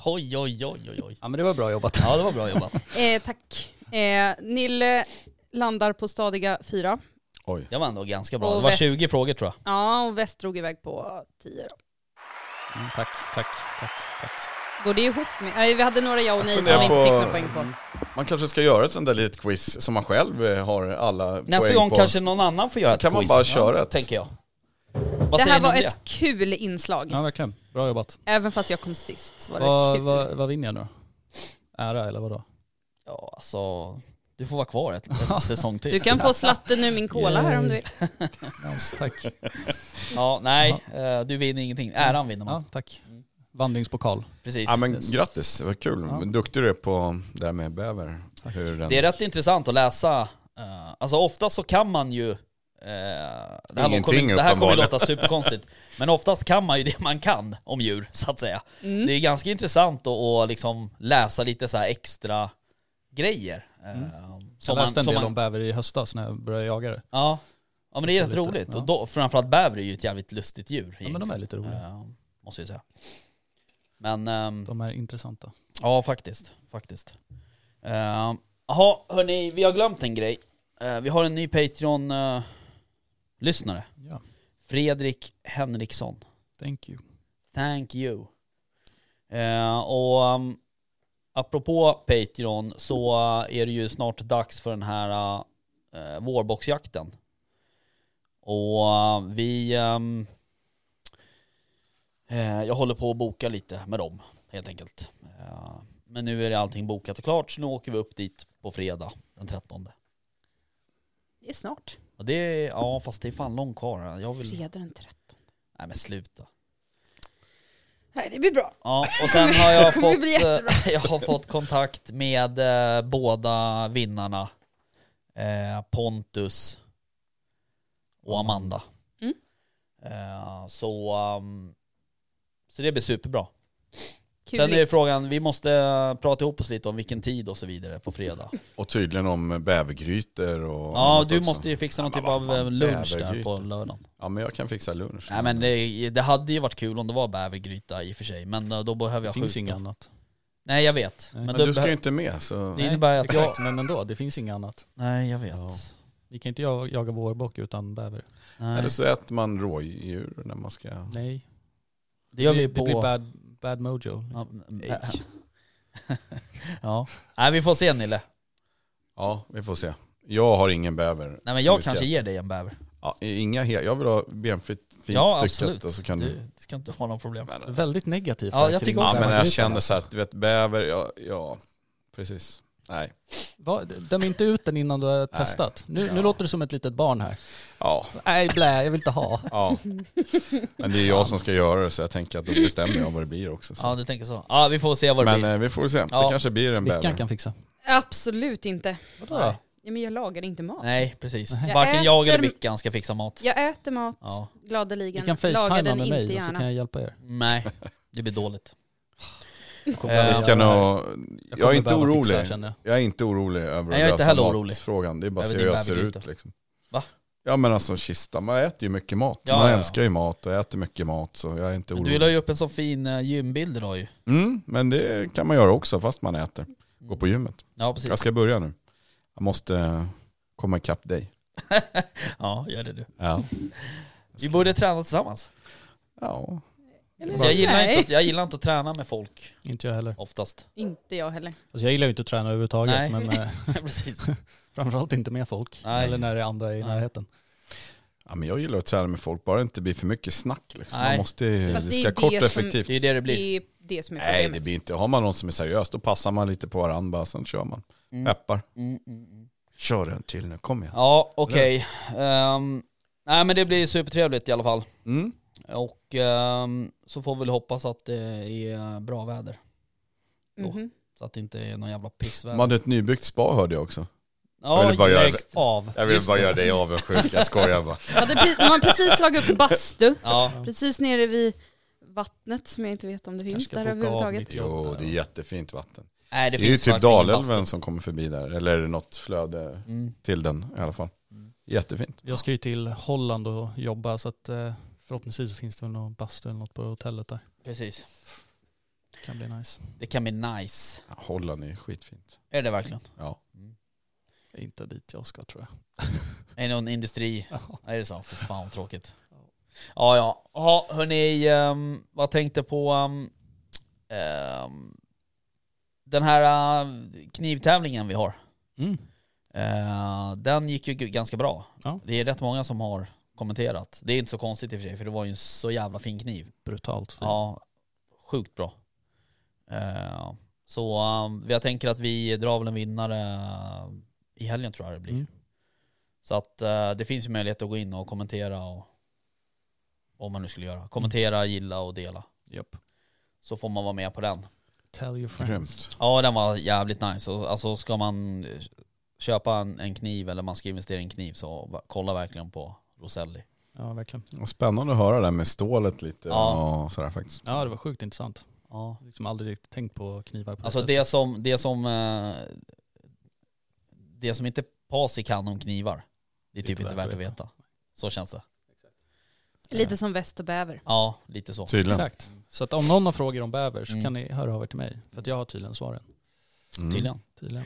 S3: oj, oj, oj, oj, oj.
S5: Ja men det var bra jobbat.
S3: Ja, det var bra jobbat.
S7: Eh, tack. Eh, Nille landar på stadiga fyra.
S8: Oj.
S3: Det var ändå ganska bra.
S7: Och
S3: Det var
S7: väst.
S3: 20 frågor tror jag.
S7: Ja, och Väst drog iväg på tio. då.
S5: Mm, tack, tack, tack, tack.
S7: Går det ihop med... Nej, vi hade några ja och nej som vi
S8: funderar
S7: inte
S8: på-
S7: fick några poäng på.
S8: Man kanske ska göra ett sånt där litet quiz som man själv eh, har alla
S3: Nästa
S8: poäng
S3: gång
S8: på.
S3: kanske någon annan får göra
S8: Så
S3: ett
S8: kan man
S3: quiz.
S8: bara köra
S3: ja,
S8: ett.
S3: Tänker jag. Vad
S7: Det
S3: säger
S7: här
S3: ni om
S7: var
S3: det?
S7: ett kul inslag.
S5: Ja verkligen. Bra jobbat.
S7: Även fast jag kom sist så var det
S5: Vad
S7: kul.
S5: vad- vad vinner jag nu då? Ära eller vadå?
S3: Ja, alltså. Du får vara kvar ett, en säsong till.
S7: Du kan få slatten ur min cola här om du vill.
S5: Nice, tack.
S3: Ja, nej. eh, Du vinner ingenting. Äran vinner man.
S5: Ja, tack.
S3: Mm.
S5: Vandringspokal.
S3: Precis.
S8: Ja men grattis, vad kul.
S5: Ja.
S8: Duktig du är på det här med bäver. Hur den...
S3: Det är rätt intressant att läsa. eh, alltså ofta så kan man ju... eh, det, här
S8: Ingenting
S3: kommer, det här kommer ju
S8: uppenbarligen.
S3: låta superkonstigt. Men oftast kan man ju det man kan om djur, så att säga. Det är ganska intressant att, att liksom läsa lite så här extra grejer. eh,
S5: Jag läste en
S3: som
S5: del om bäver i höstas när jag började jaga det.
S3: ja. ja, men det är rätt
S5: Lite,
S3: roligt.
S5: ja.
S3: Och då, framförallt bäver är ju ett jävligt lustigt djur.
S5: Ja men de är lite roliga.
S3: Eh, måste jag säga. Men... ehm,
S5: De är intressanta.
S3: Ja, faktiskt. Faktiskt. Eh, Jaha, hörni, vi har glömt en grej. Eh, vi har en ny Patreon-lyssnare.
S5: Ja,
S3: Fredrik Henriksson.
S5: thank you.
S3: Thank you. Eh, och um, apropå Patreon så eh, är det ju snart dags för den här uh, vårboxjakten. Och eh, vi... ehm, eh, jag håller på att boka lite med dem helt enkelt. Eh, men nu är det allting bokat och klart så nu åker vi upp dit på fredag den 13.
S7: Det är snart.
S3: Och det är, ja fast det är fan långt kvar. Jag vill...
S7: Fredag den 13.
S3: Nej men sluta.
S7: Nej, det blir bra.
S3: Ja, och sen har jag
S7: Det blir
S3: fått,
S7: jättebra.
S3: eh, jag har fått kontakt med eh, båda vinnarna. Eh, Pontus och Amanda.
S7: Mm.
S3: Eh, så, um, så det blir superbra.
S7: Kul.
S3: Sen är frågan, vi måste eh, prata ihop oss lite om vilken tid och så vidare på fredag.
S8: Och tydligen om bävergrytor och...
S3: Ja,
S8: annat
S3: du
S8: också.
S3: måste ju fixa någon
S8: Ja,
S3: typ
S8: men vad
S3: av
S8: fan,
S3: eh, lunch där
S8: bävergryta.
S3: på lördagen.
S8: Ja men jag kan fixa lunch.
S3: Nej men det, det hade ju varit kul om det var bävergryta i och för sig, men eh, då behöver
S5: Det
S3: jag
S5: finns
S3: skjuta.
S5: inget annat.
S3: Nej jag vet.
S5: Nej.
S8: Men
S3: då
S8: du ska
S3: behö-
S8: ju inte med så...
S3: Det innebär
S5: Nej,
S3: att jag-
S5: exakt, Men ändå, det finns inget annat.
S3: Nej jag vet.
S8: Ja.
S5: Vi kan inte jag- jaga vårbock utan bäver.
S3: Nej.
S8: Eller så äter man rådjur när man ska...
S5: Nej.
S3: Det gör
S5: blir-
S3: vi på...
S5: Det blir bad, bad mojo.
S3: Ja, mm, äh.
S8: Nej.
S3: ja. Nej vi får se Nille.
S8: Ja, vi får se. Jag har ingen bäver.
S3: Nej
S8: som
S3: men
S8: vi
S3: jag
S8: ska-
S3: kanske ger dig en bäver.
S8: Ja, inga he- Jag vill ha benfritt fint
S3: Ja
S8: styckat
S3: absolut.
S8: och så kan du...
S3: Det ska inte ha några problem.
S5: Väldigt negativt.
S3: Ja,
S5: här
S3: jag
S5: kring
S3: tycker
S8: Ja
S3: också
S8: men jag
S5: bävergrytorna.
S8: känner så här att du vet bäver, ja, ja precis. Nej.
S5: Va? Döm inte ut den innan du har testat. Nu, nu
S8: Ja.
S5: låter du som ett litet barn här.
S8: Ja,
S5: Nej blä, jag vill inte ha.
S8: ja. Men det är jag som ska göra det så jag tänker att då bestämmer jag vad det blir också. Så.
S3: Ja du tänker så. Ja vi får se vad det
S8: Men
S3: blir.
S8: eh, vi får väl se,
S3: Ja.
S8: det kanske blir en
S5: Vickan
S8: bäver.
S5: kan fixa.
S7: Absolut inte.
S3: Nej.
S7: Ja, men jag lagar inte mat.
S3: Nej precis.
S5: Nej.
S3: Varken
S7: Jag
S3: jag eller
S7: äter-
S3: Vickan ska fixa mat.
S7: Jag äter mat,
S3: Ja.
S5: Ni
S7: gladeligen.
S5: kan
S7: Lagar
S5: facetima
S7: den
S5: med
S7: inte
S5: mig och så
S7: gärna.
S5: kan jag hjälpa er.
S3: Nej, det blir dåligt.
S5: kommer
S8: Vi
S3: Eh,
S8: ska
S5: behöva-
S8: nog...
S5: kommer
S8: Jag är inte
S5: behöva fixa,
S8: orolig.
S5: känner jag.
S8: Jag är inte orolig över
S3: Nej, jag är inte heller orolig.
S8: matfrågan. Det är bara
S3: Över
S8: så
S3: din
S8: jag ser
S3: bävergryta.
S8: ut liksom.
S3: Va?
S8: Ja men alltså kista, man äter ju mycket mat.
S3: Ja,
S8: man
S3: ja, ja.
S8: älskar ju mat och äter mycket mat så jag är inte
S3: Du la
S8: orolig.
S3: ju upp en så fin eh, gymbild idag ju.
S8: Mm, men det kan man göra också fast man äter. Gå på gymmet.
S3: Ja precis.
S8: Jag ska börja nu. Jag måste eh, komma ikapp dig.
S3: Ja gör det du.
S8: Ja.
S3: Vi borde träna tillsammans.
S8: ja.
S7: Eller?
S3: Så jag gillar,
S7: Nej.
S3: inte att, jag gillar inte att träna med folk
S5: Inte jag heller.
S3: oftast.
S7: Inte jag heller.
S5: Alltså jag gillar ju inte att träna överhuvudtaget
S3: Nej.
S5: men eh,
S3: Precis.
S5: framförallt inte med folk.
S3: Nej.
S5: Eller när det är andra i
S3: Nej.
S5: närheten.
S8: Ja, men jag gillar att träna med folk, bara det inte blir för mycket snack. Liksom. Man
S3: Nej.
S8: måste, ju-
S7: Fast
S8: det
S7: det är
S8: ska
S7: det
S8: kort och
S7: som-
S8: effektivt.
S3: Det är ju det det
S7: Det
S3: blir.
S7: är det som är
S8: Nej,
S7: problemet.
S8: det blir inte. Har man någon som är seriös, då passar man lite på varandra, bara, sen kör man.
S3: Mm.
S8: Peppar.
S3: Mm, mm, mm.
S8: Kör en till nu, kom igen.
S3: Ja, okej. Ehm, nej men det blir supertrevligt i alla fall.
S8: Mm.
S3: Och ehm, så får vi väl hoppas att det är bra väder.
S7: Mhm.
S3: Så att det inte är någon jävla pissväder.
S8: Man hade ett nybyggt spa hörde jag också.
S3: ja,
S8: jag ville bara göra
S3: lägg av. Just det.
S8: dig avundsjuk, jag skojar bara.
S7: Hade pre- De har precis slagit upp bastu.
S3: Ja,
S7: Precis nere vid vattnet som jag inte vet om det finns
S5: Kanske
S7: där
S5: boka av
S7: överhuvudtaget.
S5: mitt jobb
S8: Jo,
S5: där.
S8: det är jättefint vatten.
S3: nej det,
S8: Det, är ju
S3: finns
S8: typ
S3: faktiskt ingen bastu.
S8: Dalälven som kommer förbi där, eller något flöde
S3: Mm.
S8: till den i alla fall. Jättefint.
S5: Jag ska ju till Holland och jobba så att eh, förhoppningsvis så finns det väl någon bastu eller något på hotellet där.
S3: Precis.
S5: Kan bli nice.
S3: Det kan bli nice.
S8: Ja, Holland är skitfint.
S3: Är det verkligen?
S8: Ja.
S5: Det är Inte dit jag ska tror jag.
S3: Är det någon industri?
S5: Ja.
S3: Nej, det är så? För fan vad tråkigt. Ja, ja. Ja, hörni, ehm, vad tänkte på ehm, ehm, den här eh, knivtävlingen vi har.
S5: Mm.
S3: Eh, den gick ju g- ganska bra.
S5: Ja.
S3: Det är rätt många som har kommenterat. Det är inte så konstigt i och för sig, för det var ju en så jävla fin kniv.
S5: Brutalt fint.
S3: Ja, sjukt bra. Eh, så um, jag tänker att vi drar väl en vinnare eh, i helgen tror jag det blir.
S5: Mm.
S3: Så att eh, det finns ju möjlighet att gå in och kommentera och om man nu skulle göra. Kommentera, gilla och dela.
S5: Japp.
S3: Så får man vara med på den.
S5: Tell your friends.
S8: Grymt.
S3: Ja den var jävligt nice. Och, Alltså ska man eh, köpa en, en kniv eller man ska investera i en kniv så va- kolla verkligen på Roselli.
S5: Ja verkligen.
S8: Och spännande att höra det här med stålet lite
S3: Ja.
S8: och sådär faktiskt.
S5: Ja det var sjukt intressant.
S3: Ja.
S5: Liksom aldrig riktigt tänkt på knivar på
S3: Alltså
S5: det
S3: det som, det som, eh, det som inte Pasi kan om knivar, det är typ inte värt att veta. Så känns det. Eh,
S7: Lite som väst och bäver.
S3: Ja, lite så.
S5: sättet.
S8: Tydligen.
S5: Exakt. Så att om någon har frågor om bäver så
S3: Mm.
S5: kan ni höra av er till mig. För att jag har tydligen svaren.
S8: Mm.
S3: Tydligen.
S5: Tydligen.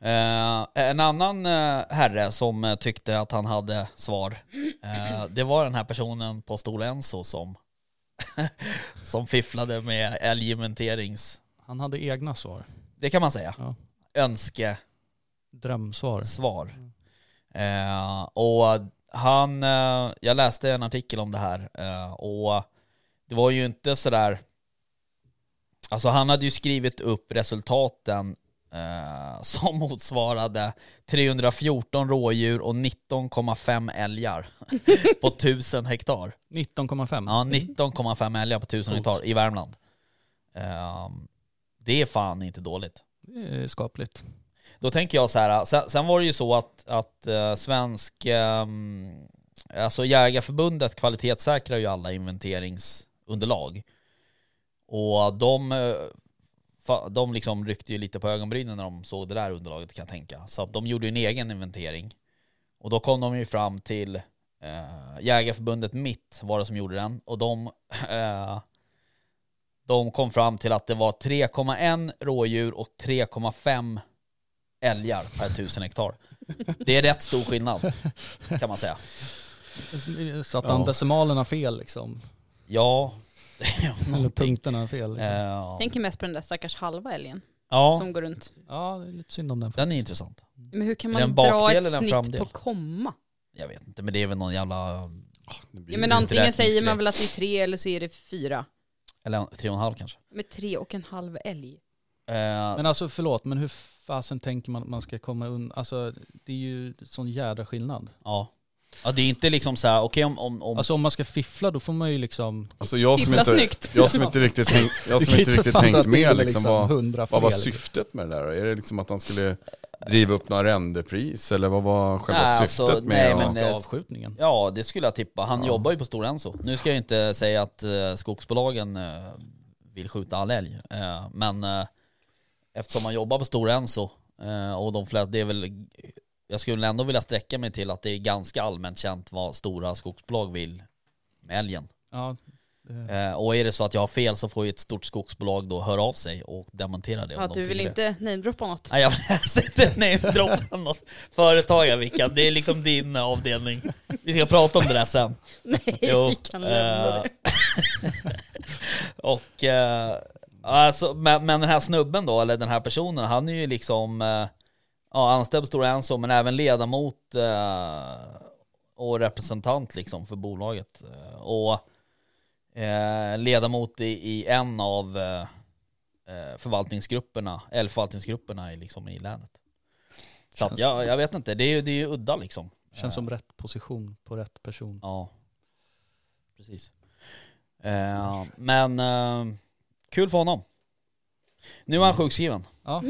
S3: Eh, en annan eh, herre som eh, tyckte att han hade svar, eh, det var den här personen på Stora Enso som, som fifflade med älgmenterings,
S5: Han hade egna svar.
S3: det kan man säga,
S5: Ja.
S3: önske
S5: Drömsvar.
S3: svar. Eh, och han, eh, jag läste en artikel om det här eh, och det var ju inte sådär, alltså han hade ju skrivit upp resultaten eh, som motsvarade 314 rådjur och 19,5 älgar på 1000 hektar.
S5: 19,5.
S3: Ja, 19,5 älgar på 1000 hektar
S5: Mm. Coolt.
S3: i Värmland. Eh, det är fan inte dåligt.
S5: Det är Eh, skapligt.
S3: Då tänker jag så här, sen, sen var det ju så att, att eh, svensk, ehm, alltså Jägarförbundet kvalitetssäkrar ju alla inventeringsunderlag. Och de, eh, fa- de liksom ryckte ju lite på ögonbrynen när de såg det där underlaget kan jag tänka. Så att de gjorde ju en egen inventering. Och då kom de ju fram till eh, Jägarförbundet Mitt var det som gjorde den. Och de, eh, de kom fram till att det var 3,1 rådjur och 3,5 älgar per tusen hektar. Det är rätt stor skillnad kan man säga.
S5: Så att han
S8: Ja.
S5: decimalerna fel liksom.
S3: Ja, det är
S5: Eller
S3: någonting.
S5: punkterna fel. Liksom.
S3: Eh,
S7: Tänker mest på den där stackars halva älgen
S3: ja,
S7: som går runt.
S5: Ja det är lite synd om den.
S3: den är intressant.
S7: Men hur kan
S3: Är
S7: man
S3: det en bakdel
S7: dra
S3: eller
S7: ett
S3: en
S7: snitt
S3: framdel?
S7: på komma?
S3: Jag vet inte, men det är väl någon jävla...
S8: Det blir
S7: Ja, men
S8: ju-
S7: antingen
S3: räkningslek.
S7: säger man väl att det är tre eller så är det fyra.
S3: Eller en- tre och en halv kanske.
S7: Med tre och en halv älg.
S3: Eh,
S5: Men alltså förlåt, men hur fasen tänker man att man ska komma undan? Alltså det är ju sån jädra skillnad.
S3: ja. ja, det är inte liksom så här, okej om... om, om
S5: Alltså om man ska fiffla då får man ju liksom...
S8: Alltså jag som
S7: Fiffla
S8: inte,
S7: snyggt.
S8: jag som inte riktigt tänkt, jag som inte riktigt tänkt med liksom, vad,
S5: hundra fel.
S8: vad var syftet med det där? Är det liksom att han skulle driva upp några arrendepris eller vad var själva
S3: Nej, alltså,
S8: syftet med
S3: nej,
S8: att-
S3: men-
S5: Avskjutningen.
S3: Ja, det skulle jag tippa. Han jobbar ju på Stora Enso. Nu ska jag inte säga att eh, skogsbolagen eh, vill skjuta all älg, eh, men eh, eftersom han jobbar på Stora Enso eh, och de flesta, det är väl, jag skulle ändå vilja sträcka mig till att det är ganska allmänt känt vad stora skogsbolag vill med älgen.
S5: Ja,
S3: Eh, och är det så att jag har fel så får ju ett stort skogsbolag då höra av sig och demontera det. om
S7: Ja,
S3: de
S7: du vill
S3: tycker det.
S7: inte namedroppa något?
S3: Nej jag vill helst inte namedroppa något företag här, Vickan. Det är liksom din avdelning. Vi ska prata om det där sen.
S7: Nej,
S3: Jo,
S7: vi kan lämna
S3: eh,
S7: det.
S3: Och eh, alltså, men, men den här snubben då, eller den här personen, han är ju liksom eh, ja, anställd på Stora Enso men även ledamot eh, och representant liksom för bolaget. Eh, Och eh, ledamot i, i en av eh, eh, förvaltningsgrupperna, eller förvaltningsgrupperna i, liksom, i länet. Så att jag, jag vet inte, det är ju, det är ju udda liksom.
S5: Känns som rätt position på rätt person.
S3: Ja, precis. Eh, men eh, kul för honom. Nu är han sjukskriven.
S5: Ja.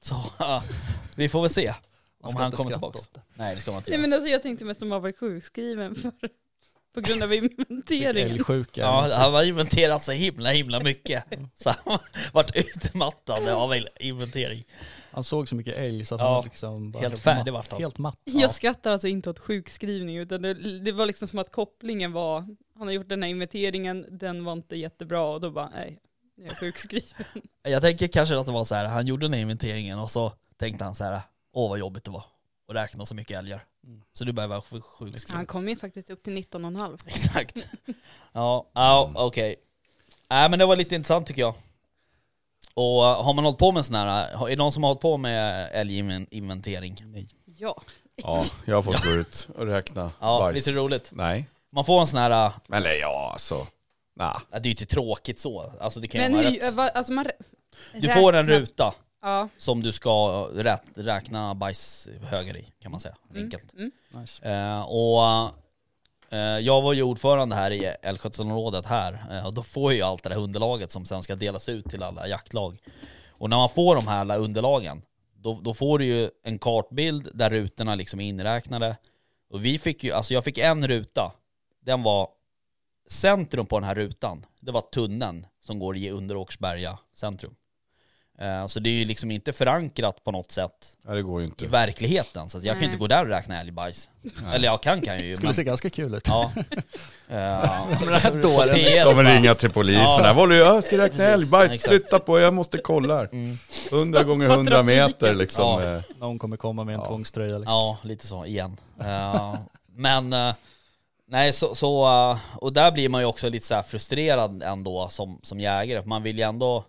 S3: Så eh, vi får väl se om
S5: ska
S3: han
S5: inte
S3: kommer
S5: skratta
S3: tillbaka.
S5: åt det.
S3: Nej det ska man inte
S7: Nej
S3: göra.
S7: men alltså jag tänkte mest om han var sjukskriven för, på grund av inventeringen.
S5: Älgsjuka.
S3: Ja, han har inventerat så himla himla mycket. Så han har varit utmattad av inventering.
S5: Han såg så mycket älg så att
S3: Ja,
S5: han var liksom bara
S3: helt
S5: matt-
S3: färdig vart han.
S5: Helt matt.
S7: Jag skrattar alltså inte åt sjukskrivning utan det, det var liksom som att kopplingen var, han har gjort den här inventeringen, den var inte jättebra och då bara nej, nu är jag sjukskriven.
S3: Jag tänker kanske att det var så här, han gjorde den här inventeringen och så tänkte han så här, åh vad jobbigt det var och räkna så mycket älgar. Så du börjar vara sjuk- sjukskriven.
S7: Han kom ju faktiskt upp till 19,5.
S3: Exakt. Ja, ja okej. Nej men det var lite intressant tycker jag. Och eh, har man hållit på med sån här, eh, har- är det någon som har hållit på med älginventering? Nej.
S7: Ja.
S8: Ja, jag har fått gå ut och räkna
S3: Ja,
S8: bajs.
S3: lite roligt.
S8: Nej,
S3: Man får en sån här, eh,
S8: eller ja alltså. Nah.
S3: det är ju inte tråkigt så, alltså det kan ju
S7: Men
S3: vara
S7: hur,
S3: rätt.
S7: vad- alltså man rä-
S3: Du får en
S7: räknar-
S3: ruta
S7: Ja.
S3: som du ska rä räkna bajshögar i kan man säga, enkelt.
S7: Mm.
S5: Nice.
S3: Eh, och eh, jag var ju ordförande här i älgskötselområdet här eh, och då får jag ju allt det där underlaget som sen ska delas ut till alla jaktlag. Och när man får de här alla underlagen, då, då får du ju en kartbild där rutorna liksom är inräknade. Och vi fick ju, alltså jag fick en ruta, den var centrum på den här rutan, det var tunneln som går i under Åkersberga centrum. Eh, Så det är ju liksom inte förankrat på något sätt
S8: Nej, det går ju
S3: i
S8: inte.
S3: verkligheten. Så att jag kan
S7: Nej.
S3: ju inte gå där och räkna älgbajs. Eller jag kan kan jag ju.
S5: Skulle se ganska kul ut.
S3: ja. Eh,
S5: dåren
S3: P1
S8: Som
S3: bara.
S8: ringa till polisen.
S3: Ja.
S8: Där var du, jag ska räkna älgbajs,
S3: exakt. Mm.
S8: flytta på er, jag måste kolla här. 100 gånger 100 meter liksom.
S3: Ja.
S8: eh.
S5: Någon kommer komma med en tvångströja liksom.
S3: Ja, lite så igen. Eh, men eh, nej, så, så eh, och där blir man ju också lite så här frustrerad ändå som, som jägare. För man vill ju ändå,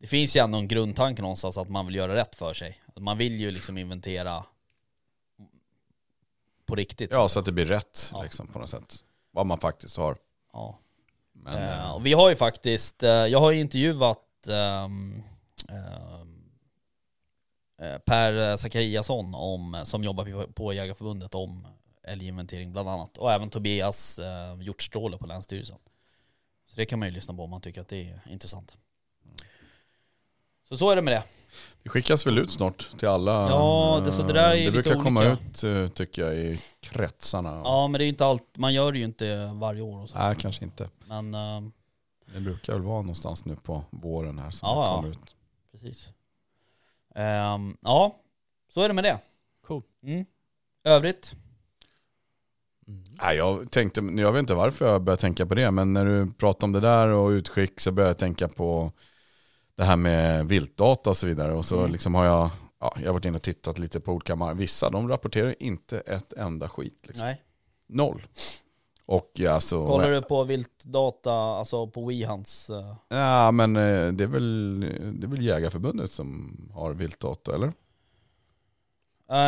S3: det finns ju ändå en grundtanke någonstans att man vill göra rätt för sig. Man vill ju liksom inventera på riktigt.
S8: Ja, så att det blir rätt liksom, på något sätt. Vad man faktiskt har.
S3: Ja.
S8: Men,
S3: Eh,
S8: eh,
S3: och vi har ju faktiskt, eh, jag har ju intervjuat ehm, ehm, eh, Per Zachariasson om, som jobbar på- på Jägarförbundet om älginventering bland annat. Och även Tobias eh, Hjortstråle på Länsstyrelsen. Så det kan man ju lyssna på om man tycker att det är intressant. Så så är det med det.
S8: det skickas väl ut snart till alla. eh,
S3: Ja, det- så det där är lite
S8: brukar komma
S3: olika.
S8: ut eh, tycker jag i kretsarna.
S3: Ja men det är ju inte allt, man gör det ju inte varje år och så.
S8: Nej, kanske inte.
S3: Men ehm,
S8: Det brukar väl vara någonstans nu på våren här som
S3: Ja,
S8: det
S3: ja.
S8: kommer ut.
S3: Precis. Ehm, ja, så är det med det.
S5: Cool.
S3: Mm. Övrigt?
S5: Mm.
S8: Nej, jag tänkte, jag vet inte varför jag började tänka på det, men när du pratade om det där och utskick så började jag tänka på det här med viltdata och så vidare. Och så
S3: Mm.
S8: liksom har jag, ja, jag har varit inne och tittat lite på olika mark. Vissa de rapporterar inte ett enda skit. Liksom.
S3: Nej.
S8: Noll. Och ja, så,
S3: Kollar du på viltdata, alltså på WeHunts? eh,
S8: Ja, men eh, det är, väl, det är väl Jägarförbundet som har viltdata, eller?
S3: Eh,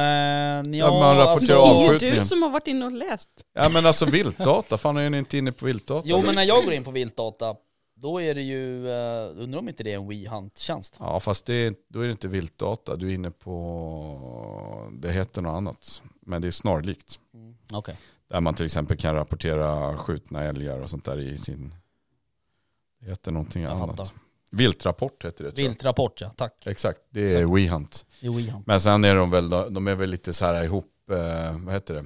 S3: ja,
S8: man rapporterar
S7: Det är ju
S8: Avskjutningen.
S7: du som har varit inne och läst.
S8: Ja, men alltså viltdata, fan är ni inte inne på viltdata?
S3: Jo men när jag går in på viltdata, då är det ju, eh, undrar om inte det är en WeHunt-tjänst?
S8: Ja, fast det, är- då är det inte viltdata. Du är inne på, det heter något annat. Men det är snarlikt.
S3: Okej.
S8: Där man till exempel kan rapportera skjutna älgar och sånt där i sin... Det heter någonting
S3: Jag
S8: annat.
S3: fattar.
S8: Viltrapport heter det tror jag.
S3: Viltrapport ja, tack.
S8: Exakt, det är WeHunt.
S3: Det är WeHunt.
S8: Men sen är de väl, de är väl lite så här ihop, eh, vad heter det?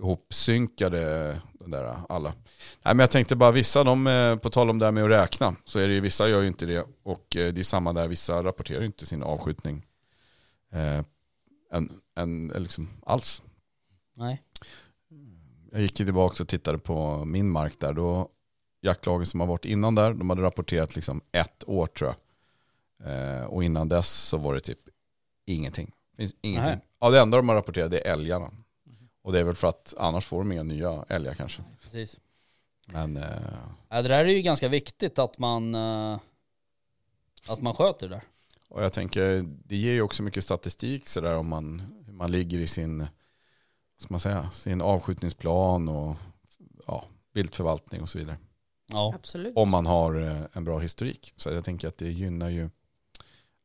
S8: Ihopsynkade, de där alla. Nej men jag tänkte bara vissa, de, eh, på tal om det här med att räkna, så är det ju vissa gör ju inte det. Och eh, det är samma där, vissa rapporterar ju inte sin avskjutning. Eh, en, en, liksom alls.
S3: Nej.
S8: jag gick ju tillbaka och tittade på min mark där. Då, jaktlagen som har varit innan där, de hade rapporterat liksom ett år tror jag. Eh, och innan dess så var det typ ingenting. Finns ingenting.
S3: Nej.
S8: Ja, det enda de har rapporterat det är älgarna. Och det är väl för att annars får de inga nya älgar kanske.
S3: Precis.
S8: Men eh,
S3: Ja, det där är ju ganska viktigt att man, eh, att man sköter det där.
S8: Och jag tänker, det ger ju också mycket statistik sådär om man, hur man ligger i sin, vad ska man säga, sin avskjutningsplan och ja, viltförvaltning och så vidare.
S3: Ja,
S7: Absolut.
S8: Om man har eh, en bra historik. Så jag tänker att det gynnar ju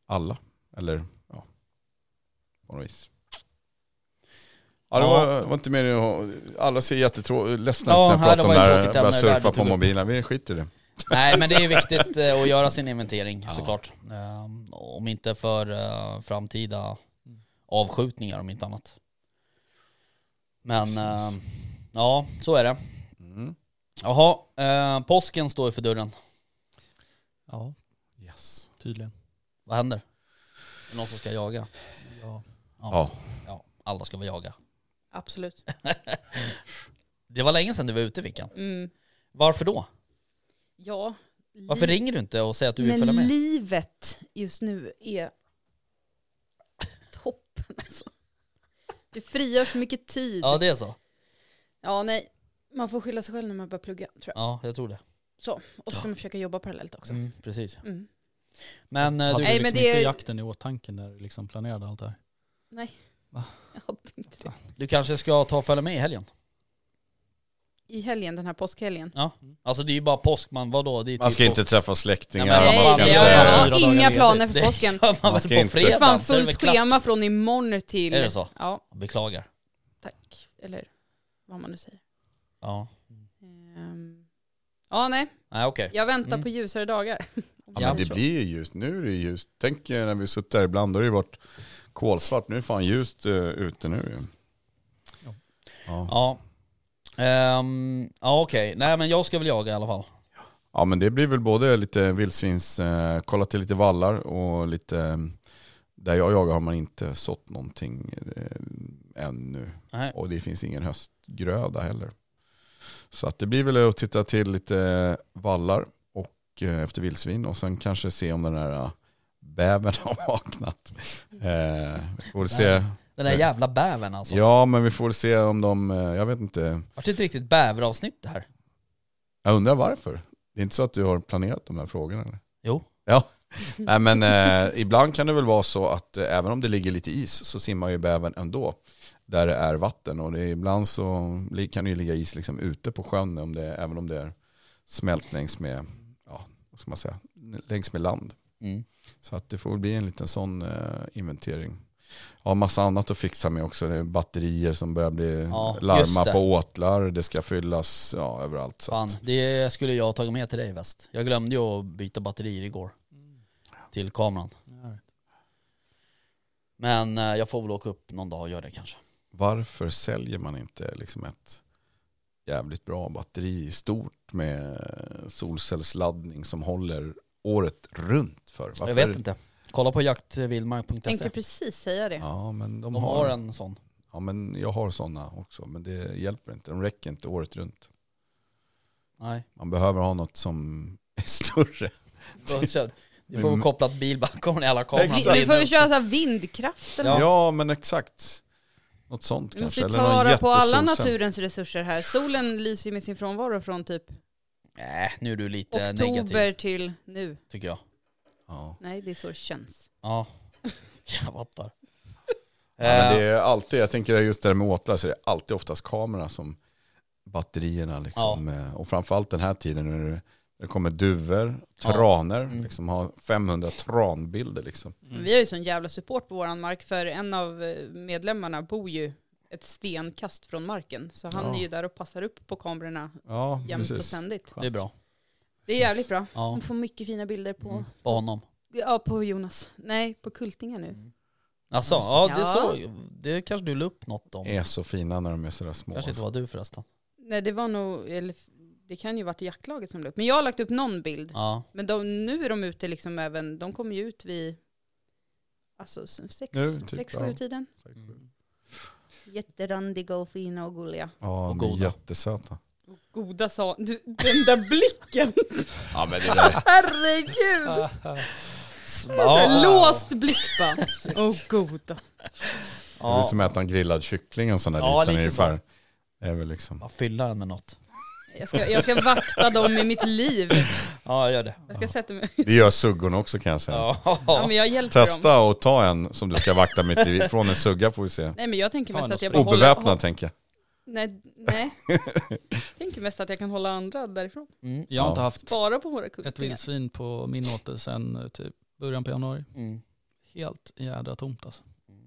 S8: alla. Eller ja, på något vis. Ja, det
S3: Ja.
S8: var, var inte mer att- Alla ser jättetrå- ledsna ut
S3: Ja,
S8: när jag
S3: nej, det
S8: pratar om
S3: var
S8: det
S3: ett
S8: här.
S3: tråkigt ämne
S8: Börjar
S3: det där du
S8: surfa
S3: tog
S8: på
S3: upp.
S8: mobilen. Vi skiter i det.
S3: Nej men det är viktigt eh, att göra sin inventering såklart. Ehm, Om inte för eh, framtida avskjutningar om inte annat. Men eh, ja, så är det.
S8: Mm.
S3: Jaha, eh, påsken står ju för dörren.
S5: Ja,
S8: Yes.
S5: tydligen.
S3: Vad händer? Är det någon som ska jaga?
S5: Ja.
S8: Ja.
S3: Ja, alla ska väl jaga.
S7: Absolut.
S3: Det var länge sedan du var ute Vickan.
S7: Mm.
S3: Varför då?
S7: Ja.
S3: Varför
S7: li-
S3: ringer du inte och säger att du vill följa
S7: Mm. Men
S3: med?
S7: livet just nu är toppen alltså. Det frigör så mycket tid.
S3: Ja det är så.
S7: Ja, nej. Man får skylla sig själv när man börjar plugga, tror jag.
S3: Ja jag tror det.
S7: Och så ska man försöka jobba parallellt också.
S3: Mm, precis.
S7: Mm.
S3: Men eh,
S5: Hade du
S3: du,
S7: Nej,
S5: liksom
S7: men det-
S5: inte jakten i åtanke när du liksom planerade allt det här?
S7: Jag hade inte det.
S3: du kanske ska ta och följa med i helgen?
S7: I helgen, den här påskhelgen.
S3: Alltså det är ju bara påsk man, vadå? Det är
S8: Man
S3: typ
S8: ska
S3: påsk-
S8: inte träffa släktingar.
S3: Nej, men-
S8: man ska
S3: Nej,
S8: inte...
S3: ja, ja, ja.
S5: Fyra
S7: jag har
S5: dagar
S7: inga
S5: ledigt.
S7: planer för
S3: Det
S7: påsken.
S3: gör man
S8: Man
S3: väl
S8: ska
S3: på
S8: inte.
S3: fredag?
S7: Fan,
S3: så är det väl
S7: fullt
S3: klart.
S7: schema från imorgon till...
S3: Är det så?
S7: Ja,
S3: Beklagar.
S7: tack. Eller vad man nu säger.
S3: Ja.
S7: Ehm, Ja, nej.
S3: Nej okej.
S7: Jag väntar
S3: Mm.
S7: på ljusare dagar.
S8: Ja, men det blir ju ljust. Nu är det ju ljust. Tänk eh, när vi suttit här ibland, då har det ju varit kolsvart. Nu är det fan ljust uh, ute nu ju.
S5: Ja.
S8: Ja.
S3: Ja. Ehm, ja okej. Nej men jag ska väl jaga i alla fall.
S8: ja men det blir väl både lite vildsvins, eh, kolla till lite vallar och lite, eh, där jag jagar har man inte sått någonting eh, ännu.
S3: Nej.
S8: Och det finns ingen höstgröda heller. Så att det blir väl att titta till lite vallar och eh, efter vildsvin och sen kanske se om den här eh, bävern har vaknat. Eh, vi får se.
S3: Den där jävla bävern alltså.
S8: Ja, men vi får se om de, eh, jag vet inte,
S3: Vart det ett riktigt bäveravsnitt det här?
S8: jag undrar varför. Det är inte så att du har planerat de här frågorna eller?
S3: Jo.
S8: Ja, nej men eh, ibland kan det väl vara så att eh, även om det ligger lite is så simmar ju bävern ändå där det är vatten och det är, ibland så li- kan det ju ligga is liksom ute på sjön om det, även om det är smält längs med, ja, vad ska man säga, längs med land.
S3: Mm.
S8: Så att det får bli en liten sån eh, inventering. Ja, massa annat att fixa med också. Det är batterier som börjar bli
S3: Ja, just
S8: larma
S3: det.
S8: på åtlar. Det ska fyllas ja, överallt. Så
S3: Fan,
S8: att,
S3: det skulle jag ha tagit med till dig väst. Jag glömde ju att byta batterier igår.
S5: Mm.
S3: Till kameran. Men eh, jag får väl åka upp någon dag och göra det kanske.
S8: varför säljer man inte liksom ett jävligt bra batteri stort med solcellsladdning som håller året runt för? Varför?
S3: Jag vet inte. Kolla på jaktvildmark.se.
S7: Tänkte precis säga det.
S8: Ja, men
S3: E.
S8: de,
S3: De
S8: har,
S3: har en sån.
S8: Ja, men jag har sådana också. Men det hjälper inte. De räcker inte året runt.
S3: Nej.
S8: Man behöver ha något som är större.
S3: Du
S8: Mm.
S3: får väl koppla ett bil bakom dig, alla
S8: Exakt.
S3: kameror.
S7: Vi, Alltså, nu får vi köra så här vindkraft eller
S3: Ja.
S8: Alltså, Ja, men exakt. Något sånt
S7: Vi
S8: kanske.
S7: måste ju ta
S8: någon
S7: vara på alla
S8: jättesolcell.
S7: naturens resurser här. Solen lyser ju med sin frånvaro från typ
S3: Nej, nu är du lite
S7: oktober
S3: negativ
S7: till nu.
S3: tycker jag.
S8: Ja.
S7: Nej, det är så det känns.
S3: Ja, jag fattar. Eh,
S8: Ja, men det är alltid, jag tänker just det här med åtlar så är det alltid oftast kamerorna som batterierna liksom. Eh, Och framförallt den här tiden när det- när det kommer duvor,
S3: Ja.
S8: traner,
S3: Mm.
S8: liksom har 500 tranbilder liksom.
S7: Men Vi har ju sån jävla support på våran mark för en av eh, medlemmarna bor ju ett stenkast från marken. Så han
S8: Ja.
S7: är ju där och passar upp på kamerorna
S8: Ja,
S7: jämt och
S8: precis.
S7: ständigt.
S3: det är bra.
S7: Det är jävligt bra.
S3: Ja,
S7: Man får mycket fina bilder på,
S3: mm. på honom.
S7: ja, på Jonas. Nej, på Kultinga nu.
S3: Alltså,
S7: Just det.
S3: ja det
S7: Ja.
S3: såg Det kanske du la upp något om.
S8: Är så fina när de är sådär små.
S3: Kanske inte var du förresten.
S7: Nej, det var nog, eller f- det kan ju varit jaktlaget som la upp. Men jag har lagt upp någon bild.
S3: Ja,
S7: Men de, nu är de ute liksom även, de kommer ju ut vid alltså s- sex,
S8: Nu, typ,
S7: sex
S8: ja.
S7: sju tiden.
S3: Mm.
S8: Exakt.
S7: Jätterandiga och fina och gulliga.
S8: Ja,
S3: Och
S8: de är
S3: goda.
S8: jättesöta.
S7: Goda sa... Du, den där blicken!
S8: Ja men det där,
S7: Herregud!
S3: Ja.
S7: Låst blick bara. Åh goda.
S8: det är som att äta en grillad kyckling och sån där
S3: Ja,
S8: liten
S3: lite
S8: ungefär. Det är väl liksom,
S3: Ja, fylla den med något.
S7: Jag ska, jag ska vakta dem i mitt liv.
S3: Ja, gör det.
S7: Jag ska sätta mig...
S8: det gör suggorna också kan jag säga.
S3: Ja.
S7: Ja, men jag hjälper dem.
S8: Testa och ta en som du ska vakta mitt liv från en sugga får vi se.
S7: Nej men jag tänker
S3: Ta
S7: mest
S3: en
S7: att jag bara håller...
S8: Obeväpnad tänker jag.
S7: Nej, nej. Jag tänker mest att jag kan hålla andra därifrån.
S3: Mm.
S5: Jag har
S8: Ja.
S5: inte haft
S7: Spara på våra
S5: ett
S7: kucklingar.
S5: vildsvin på min åter sedan eh, typ början på januari.
S3: Mm.
S5: Helt jädra tomt alltså.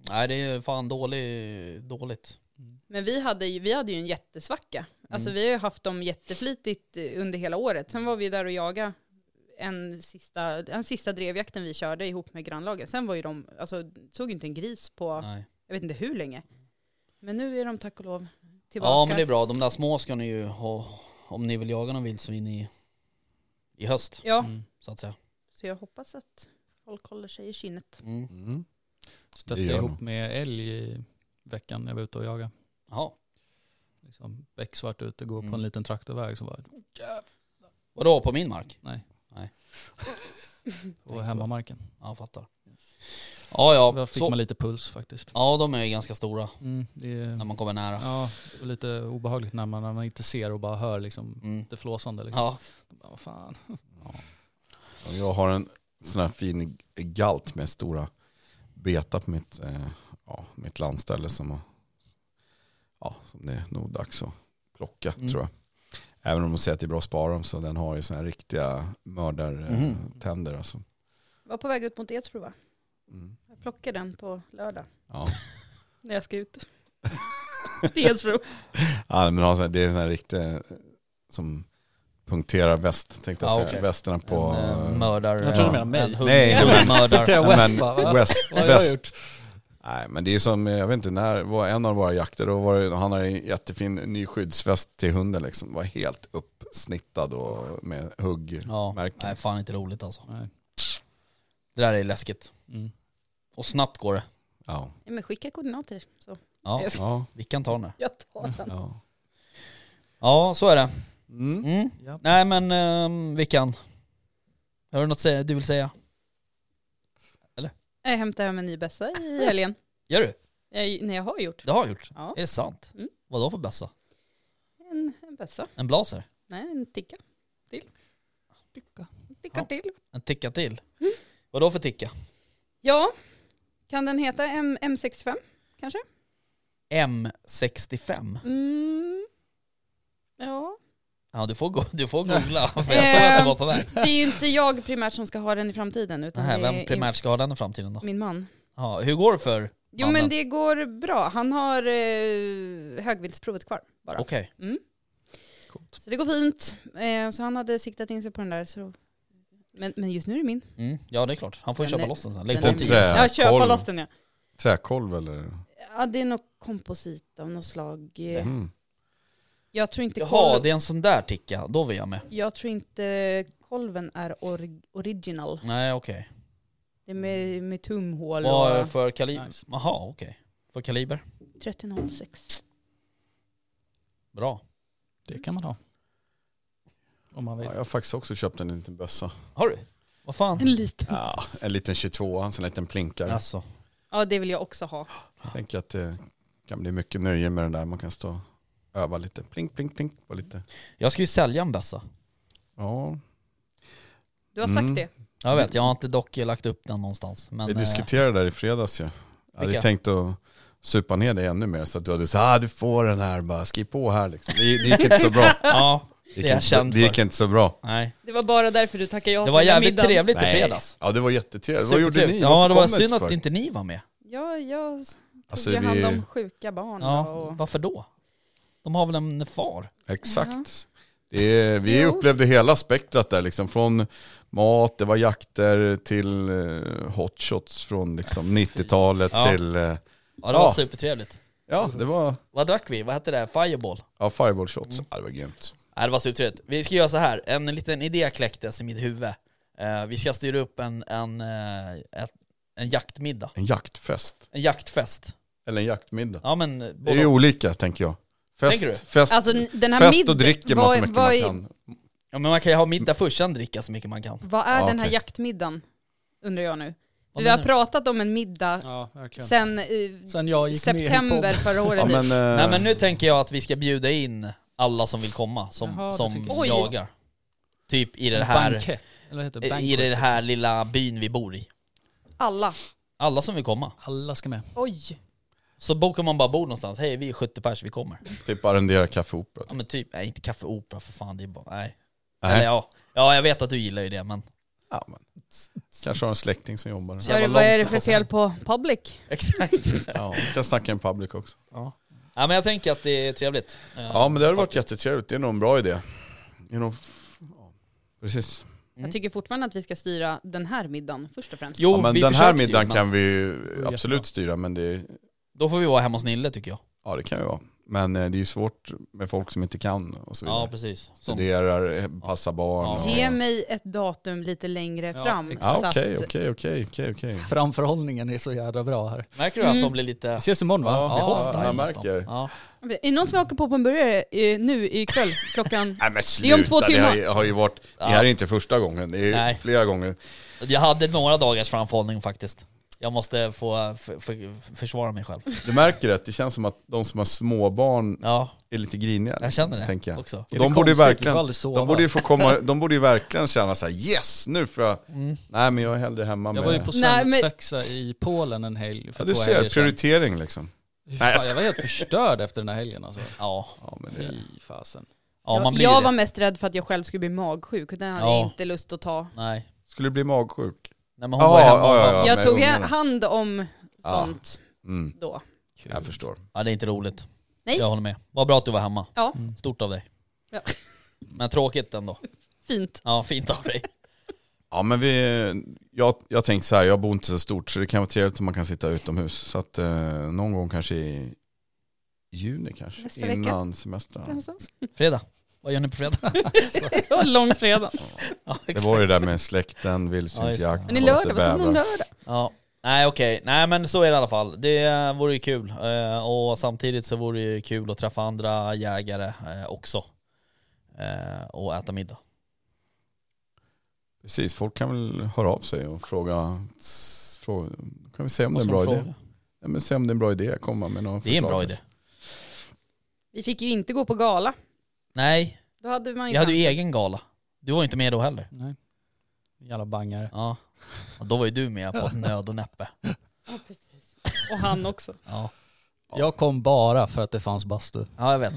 S3: Nej, det är fan dålig, dåligt.
S7: Men vi hade, ju, vi hade ju en jättesvacka. Alltså
S3: Mm.
S7: vi har ju haft dem jätteflitigt eh, under hela året. Sen var vi där och jagade en sista, den sista drevjakten vi körde ihop med grannlagen. Sen var ju de, alltså såg ju inte en gris på,
S3: Nej.
S7: jag vet inte hur länge. Men nu är de tack och lov tillbaka.
S3: Ja, men det är bra. De där små ska ni ju ha om ni vill jaga någon vildsvin i, i höst,
S7: Ja,
S5: Mm.
S3: så att säga.
S7: så jag hoppas att folk håller sig i kinnet.
S3: Mm.
S8: Mm.
S5: Stötte
S8: Det gör
S5: ihop
S8: man.
S5: med älg i veckan när jag var ute och jagade.
S3: Jaha.
S5: Liksom becksvart ute, går
S3: Mm.
S5: på en liten traktorväg som var
S3: Vadå, på min mark?
S5: på hemmamarken.
S3: Ja, jag fattar. Ja, ja.
S5: Där fick
S3: Så,
S5: man lite puls faktiskt.
S3: ja, de är ju ganska stora
S5: Mm, det är,
S3: när man kommer nära.
S5: ja, det var lite obehagligt när man, när man inte ser och bara hör liksom
S3: Mm.
S5: det flåsande. Liksom.
S3: Ja,
S5: Bara, vad fan.
S8: Jag har en sån här fin galt med stora beta på mitt, eh, ja, mitt landställe som, har- ja, som det är nog dags att plocka
S3: Mm.
S8: tror jag. Även om de säger att det är bra att spara dem så den har ju såna här riktiga mördartänder.
S3: Mhm.
S8: tänder alltså.
S7: Var på väg ut mot Edsbro va?
S8: Mm.
S7: Jag plockar den på lördag
S8: Ja.
S7: när jag ska ut. Till Edsbro.
S8: Ja, men har sån här- det är en sån här riktig som punkterar väst, tänkte jag
S3: Ja,
S8: säga.
S3: okej.
S8: Västerna på...
S3: en eh, mördare.
S5: Jag trodde
S8: du
S5: menade mig.
S3: En hund-
S8: Nej,
S3: en
S8: inte mig.
S3: mördare.
S5: Tittar jag
S8: Ja,
S5: West
S8: men-
S5: bara, va?
S8: West,
S5: Vad har jag
S8: väst.
S5: gjort?
S8: Nej, men det är som, jag vet inte när, var en av våra jakter, då var det, han har en jättefin ny skyddsväst till hunden liksom. Var helt uppsnittad och med huggmärken.
S3: Ja, nej fan inte roligt alltså.
S5: Nej.
S3: Det där är läskigt.
S5: Mm.
S3: Och snabbt går det.
S8: Ja.
S7: Ja, men skicka koordinater så
S3: Ja,
S7: Jag ska-
S8: Ja.
S3: vi kan ta den där.
S7: jag tar den.
S8: ja.
S3: Ja, så är det.
S8: Mm.
S3: Mm.
S5: Ja.
S3: Nej men um, Vickan, har du något sä- du vill säga?
S7: Jag hämtade hem en ny bössa i helgen.
S3: Gör du?
S7: Jag, nej, jag har gjort.
S3: Det har jag gjort.
S7: Ja,
S3: Är det sant?
S7: Mm.
S3: Vad då för bössa?
S7: en, en bössa.
S3: En blaser?
S7: Nej, en ticka. Till.
S5: Ticka.
S7: Ticka
S3: Ja.
S7: till.
S3: En ticka till?
S7: Mm.
S3: Vad då för ticka?
S7: Ja, kan den heta M M65?
S3: M65?
S7: Mm. Ja.
S3: Ja du får, go- du får googla för jag såg att det var på väg.
S7: Det är ju inte jag primärt som ska ha den i framtiden utan
S3: Nej,
S7: det är
S3: vem primärt ska ha den i framtiden då?
S7: Eh, min man.
S3: Ja, hur går det för?
S7: Jo
S3: Mannen.
S7: men det går bra. Han har eh, högvildsprovet kvar bara.
S3: Okej.
S7: Så det går fint. Eh, så han hade siktat in sig på den där. Så... Men, men just nu är det min.
S3: Mm. Ja det är klart, han får ju
S7: Den
S3: köpa
S7: är-
S3: loss den sen. Lägg på
S8: är
S3: en
S8: min.
S3: tio.
S8: trä.
S7: Ja, köpa
S8: Kolv.
S7: loss den ja.
S8: Träkolv eller?
S7: Ja, det är nog komposit av något slag. Eh,
S8: Mm.
S7: Jag tror inte,
S3: Jaha,
S7: kolv,
S3: det är en sån där ticka. Då var jag med.
S7: jag tror inte kolven är or original.
S3: Nej okej.
S7: Det är med,
S3: Mm.
S7: med tumhål
S3: Vad är det
S7: och
S3: för kaliber?
S5: Nice.
S3: Jaha okej. För kaliber?
S7: 3006.
S3: Bra.
S5: Det kan man ha. Om man vill.
S8: Ja, jag har faktiskt också köpt en liten bössa.
S3: Har du? Vad fan?
S7: En liten.
S8: Ja, en liten 22, en sån liten plinkare.
S3: Alltså.
S7: Ja det vill jag också ha.
S8: Jag tänker att det kan bli mycket nöje med den där. Man kan stå och öva lite. Plink, plink, plink. På lite.
S3: Jag ska ju sälja en bössa.
S8: Ja,
S7: Du har sagt
S8: Mm.
S7: det.
S3: Jag vet, jag har inte dock lagt upp den någonstans. Men,
S8: Vi
S3: eh,
S8: diskuterade det där i fredags ju. Jag hade
S3: Vilka?
S8: tänkt att supa ner dig ännu mer så att du hade sagt ah, du får den här bara, skriv på här liksom. Det, det gick inte så bra.
S3: ja,
S8: Det
S3: Det
S8: gick,
S3: är jag
S8: inte, så,
S3: känd
S8: det gick
S3: för.
S8: inte så bra.
S3: nej.
S7: Det var bara därför du tackade ja
S3: Det var
S7: till den
S3: jävligt
S7: middagen.
S3: trevligt i
S8: Nej.
S3: fredags.
S8: Ja det var jättetrevligt. Vad gjorde ni?
S3: Supertrevligt. Ja,
S8: Varför
S3: det var
S8: kom ni
S3: synd
S8: inte för?
S3: att inte ni var med.
S7: Ja, jag s- tog
S8: Alltså,
S7: ju hand
S8: vi-
S7: om sjuka barn
S3: Ja,
S7: och...
S3: varför då? De har väl en far?
S8: Exakt. Det är, vi
S7: Jo.
S8: upplevde hela spektrat där liksom. Från mat, det var jakter till eh, hotshots från liksom 90-talet
S3: Ja.
S8: till... eh,
S3: Ja, det var
S8: Ja.
S3: supertrevligt.
S8: ja, det var
S3: Vad drack vi? Vad hette det? Fireball?
S8: ja, fireball shots.
S3: Mm.
S8: Ja, det var grymt.
S3: Nej, det var supertrevligt. Vi ska göra så här. En liten idé kläcktes i mitt huvud. Eh, vi ska styra upp en, en, eh, ett, en jaktmiddag.
S8: En jaktfest.
S3: En jaktfest.
S8: Eller en jaktmiddag.
S3: Ja men
S8: Det är ju
S3: både,
S8: olika tänker jag. Fest,
S3: Tänker du?
S8: fest,
S7: Alltså, den här
S8: fest och
S7: middag-
S8: dricker man så
S7: vad-
S8: mycket
S7: vad
S8: man
S7: är-
S8: kan.
S3: ja, men man kan ju ha middag först, sen dricka så mycket man kan.
S7: Vad är
S8: Ja,
S7: den här
S8: okej.
S7: jaktmiddagen? Undrar jag nu.
S3: Vad
S7: Vi har
S3: menar du?
S7: pratat om en middag
S5: Ja, verkligen. Sen,
S7: sen, eh,
S5: jag gick med i
S7: september
S5: podden.
S7: förra året. typ.
S8: Ja, men, eh,
S3: Nej men nu tänker jag att vi ska bjuda in alla som vill komma, som,
S5: Jaha, det
S3: som
S5: tycker jag.
S7: Oj.
S3: jagar. Typ i det här,
S5: Bankett. Eller vad heter det?
S3: i
S5: Banquet,
S3: det
S5: liksom.
S3: här lilla byn vi bor i.
S7: Alla.
S3: Alla som vill komma.
S5: liksom. Alla ska med.
S7: Oj.
S3: Så bokar man bara bord någonstans, hej vi är 70 pers, vi kommer.
S8: Typ arrendera Café Opera.
S3: Ja men typ, nej inte Café Opera för fan, det är bara, nej.
S8: Nej.
S3: Eller ja, ja jag vet att du gillar ju det men.
S8: Ja, men. Kanske har en släkting som jobbar.
S3: Så
S7: Vad är det-
S3: jävla
S7: vad är det
S3: långt
S7: för
S3: att ta
S7: fel på public?
S3: Exakt.
S8: Ja, vi kan snacka in public också.
S3: ja men jag tänker att det är trevligt. Eh,
S8: Ja men det hade varit
S3: faktiskt.
S8: jättetrevligt, det är nog en bra idé. Det är nog... ja, Precis.
S3: Mm.
S7: Jag tycker fortfarande att vi ska styra den här middagen först och främst.
S3: Jo,
S8: Ja, men
S3: Oh, vi
S8: den här
S3: försökte ju, Oh,
S8: middagen
S3: men
S8: kan vi ju
S5: jättebra.
S8: absolut styra men det,
S3: Då får vi vara hemma hos Nille tycker jag.
S8: ja, det kan ju vara. Men eh, det är ju svårt med folk som inte kan och så vidare.
S3: Ja precis. Som,
S8: Studerar, eh, passar barn.
S3: Ja.
S8: och-
S7: Ge mig ett datum lite längre
S5: Ja,
S7: fram.
S5: exakt.
S8: Ja,
S3: Ah,
S7: så att-
S8: Okej, okej, okej, okej, okej.
S5: Framförhållningen är så jävla bra här.
S3: märker du att de blir lite
S5: Vi ses imorgon va?
S8: Ja,
S5: Ja,
S3: hostile
S8: jag
S3: nästan?
S8: märker.
S3: Ja.
S7: Är det någon som hakar på på en burgare eh, nu ikväll klockan?
S8: Nej men
S7: Det är
S8: sluta,
S7: om två
S8: det har
S7: timmar.
S8: ju, har ju varit, det här är inte första gången, det är ju
S3: Nej.
S8: flera gånger.
S3: Jag hade några dagars framförhållning faktiskt. Jag måste få för, för, försvara mig själv.
S8: Du märker att det känns som att de som har småbarn
S3: Ja,
S8: är lite griniga.
S3: jag känner det
S8: Tänker jag.
S3: också.
S5: Är det
S8: de, borde ju
S5: konstigt?
S8: verkligen,
S5: Du får aldrig sova.
S8: de, borde ju få komma, de borde ju verkligen känna såhär yes, nu får jag, nej men jag är hellre hemma
S5: Jag
S8: med...
S5: var ju på
S7: Nej, men-
S5: söndagssexa i Polen en helg för
S8: ja, du
S5: två
S8: ser,
S5: helger sedan.
S8: prioritering liksom.
S5: Fy
S8: Nej, jag
S5: Fan, jag var helt förstörd efter den här helgen alltså.
S3: Ja,
S8: Ja, men det,
S5: Fy fasen.
S3: ja man
S7: jag
S3: blir
S7: jag
S3: det.
S7: var mest rädd för att jag själv skulle bli magsjuk. Den hade
S3: Ja.
S7: jag inte lust att ta.
S3: Nej.
S8: skulle du bli magsjuk?
S3: Nej men hon var hemma. Ja, ja, ja.
S7: jag
S8: med
S7: tog
S8: ungarna.
S7: hand om
S3: Ah.
S8: Ja.
S7: sånt
S8: Mm,
S7: då.
S8: jag förstår.
S3: det är inte roligt.
S7: Nej.
S3: Jag håller med. Vad bra att du var hemma.
S7: Ja.
S3: Stort av dig.
S7: Ja.
S3: Men tråkigt ändå.
S7: Fint.
S3: Ja, fint av dig.
S8: Ja men vi, jag, jag tänker så här, jag bor inte så stort så det kan vara trevligt om man kan sitta utomhus. Så att eh, någon gång kanske i juni kanske,
S7: Nästa vecka. Mm,
S8: innan semestern.
S3: Fredag. Vad gör ni på fredag?
S7: Det var långfredag.
S3: Ja,
S8: Det
S3: exakt.
S8: var ju det där med släkten, vildsvinsjakt.
S3: Ja, just det.
S7: Men i
S8: och lite
S7: lördag, vad som
S8: bäver.
S7: lördag?
S3: Ja. Nej okej, nej men så är det i alla fall. Det vore ju kul. Eh, och samtidigt så vore det ju kul att träffa andra jägare eh, också. Eh, och äta middag.
S8: Precis, folk kan väl höra av sig och fråga, s- fråga kan vi se om det är
S3: Och
S8: en
S3: så
S8: bra
S3: fråga.
S8: idé? Ja, men se om det är en bra idé, komma med några
S3: Det är en
S8: förslag.
S3: bra idé.
S7: Vi fick ju inte gå på gala.
S3: Nej,
S7: Då hade man ju
S3: jag hade
S7: chans.
S3: ju egen gala. Du var ju inte med då heller.
S5: Nej. Jävla bangare.
S3: Ja. Och då var ju du med på nöd och näppe.
S7: Ja, precis. Och han också.
S3: Ja,
S5: Jag kom bara för att det fanns bastu.
S3: ja jag vet.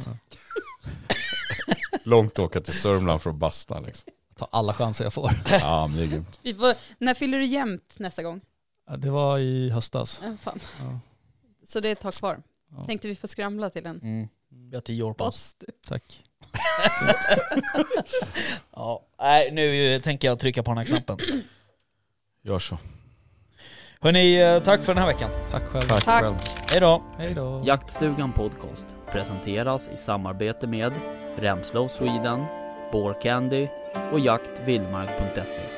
S8: Långt åka till Sörmland för att basta liksom.
S5: Ta alla chanser jag får.
S8: Ja men det är grymt.
S7: Vi får, när fyller du jämnt nästa gång?
S5: Ja, Det var i höstas.
S7: Ja, fan.
S5: Ja.
S7: Så det är ett tag kvar.
S5: Ja.
S7: Tänkte vi får skramla till en
S3: Mm. Vi har tio år på oss.
S7: post.
S5: Tack.
S3: Ja. Nej, nu tänker jag trycka på den här knappen.
S8: Gör så.
S3: Hörni, eh, tack för den här veckan.
S5: Tack själv.
S8: Tack,
S7: Tack.
S8: själv.
S3: Hej då.
S5: Hej då.
S6: Jaktstugan Podcast presenteras i samarbete med Remslow Sweden, Candy och jaktvildmark.se.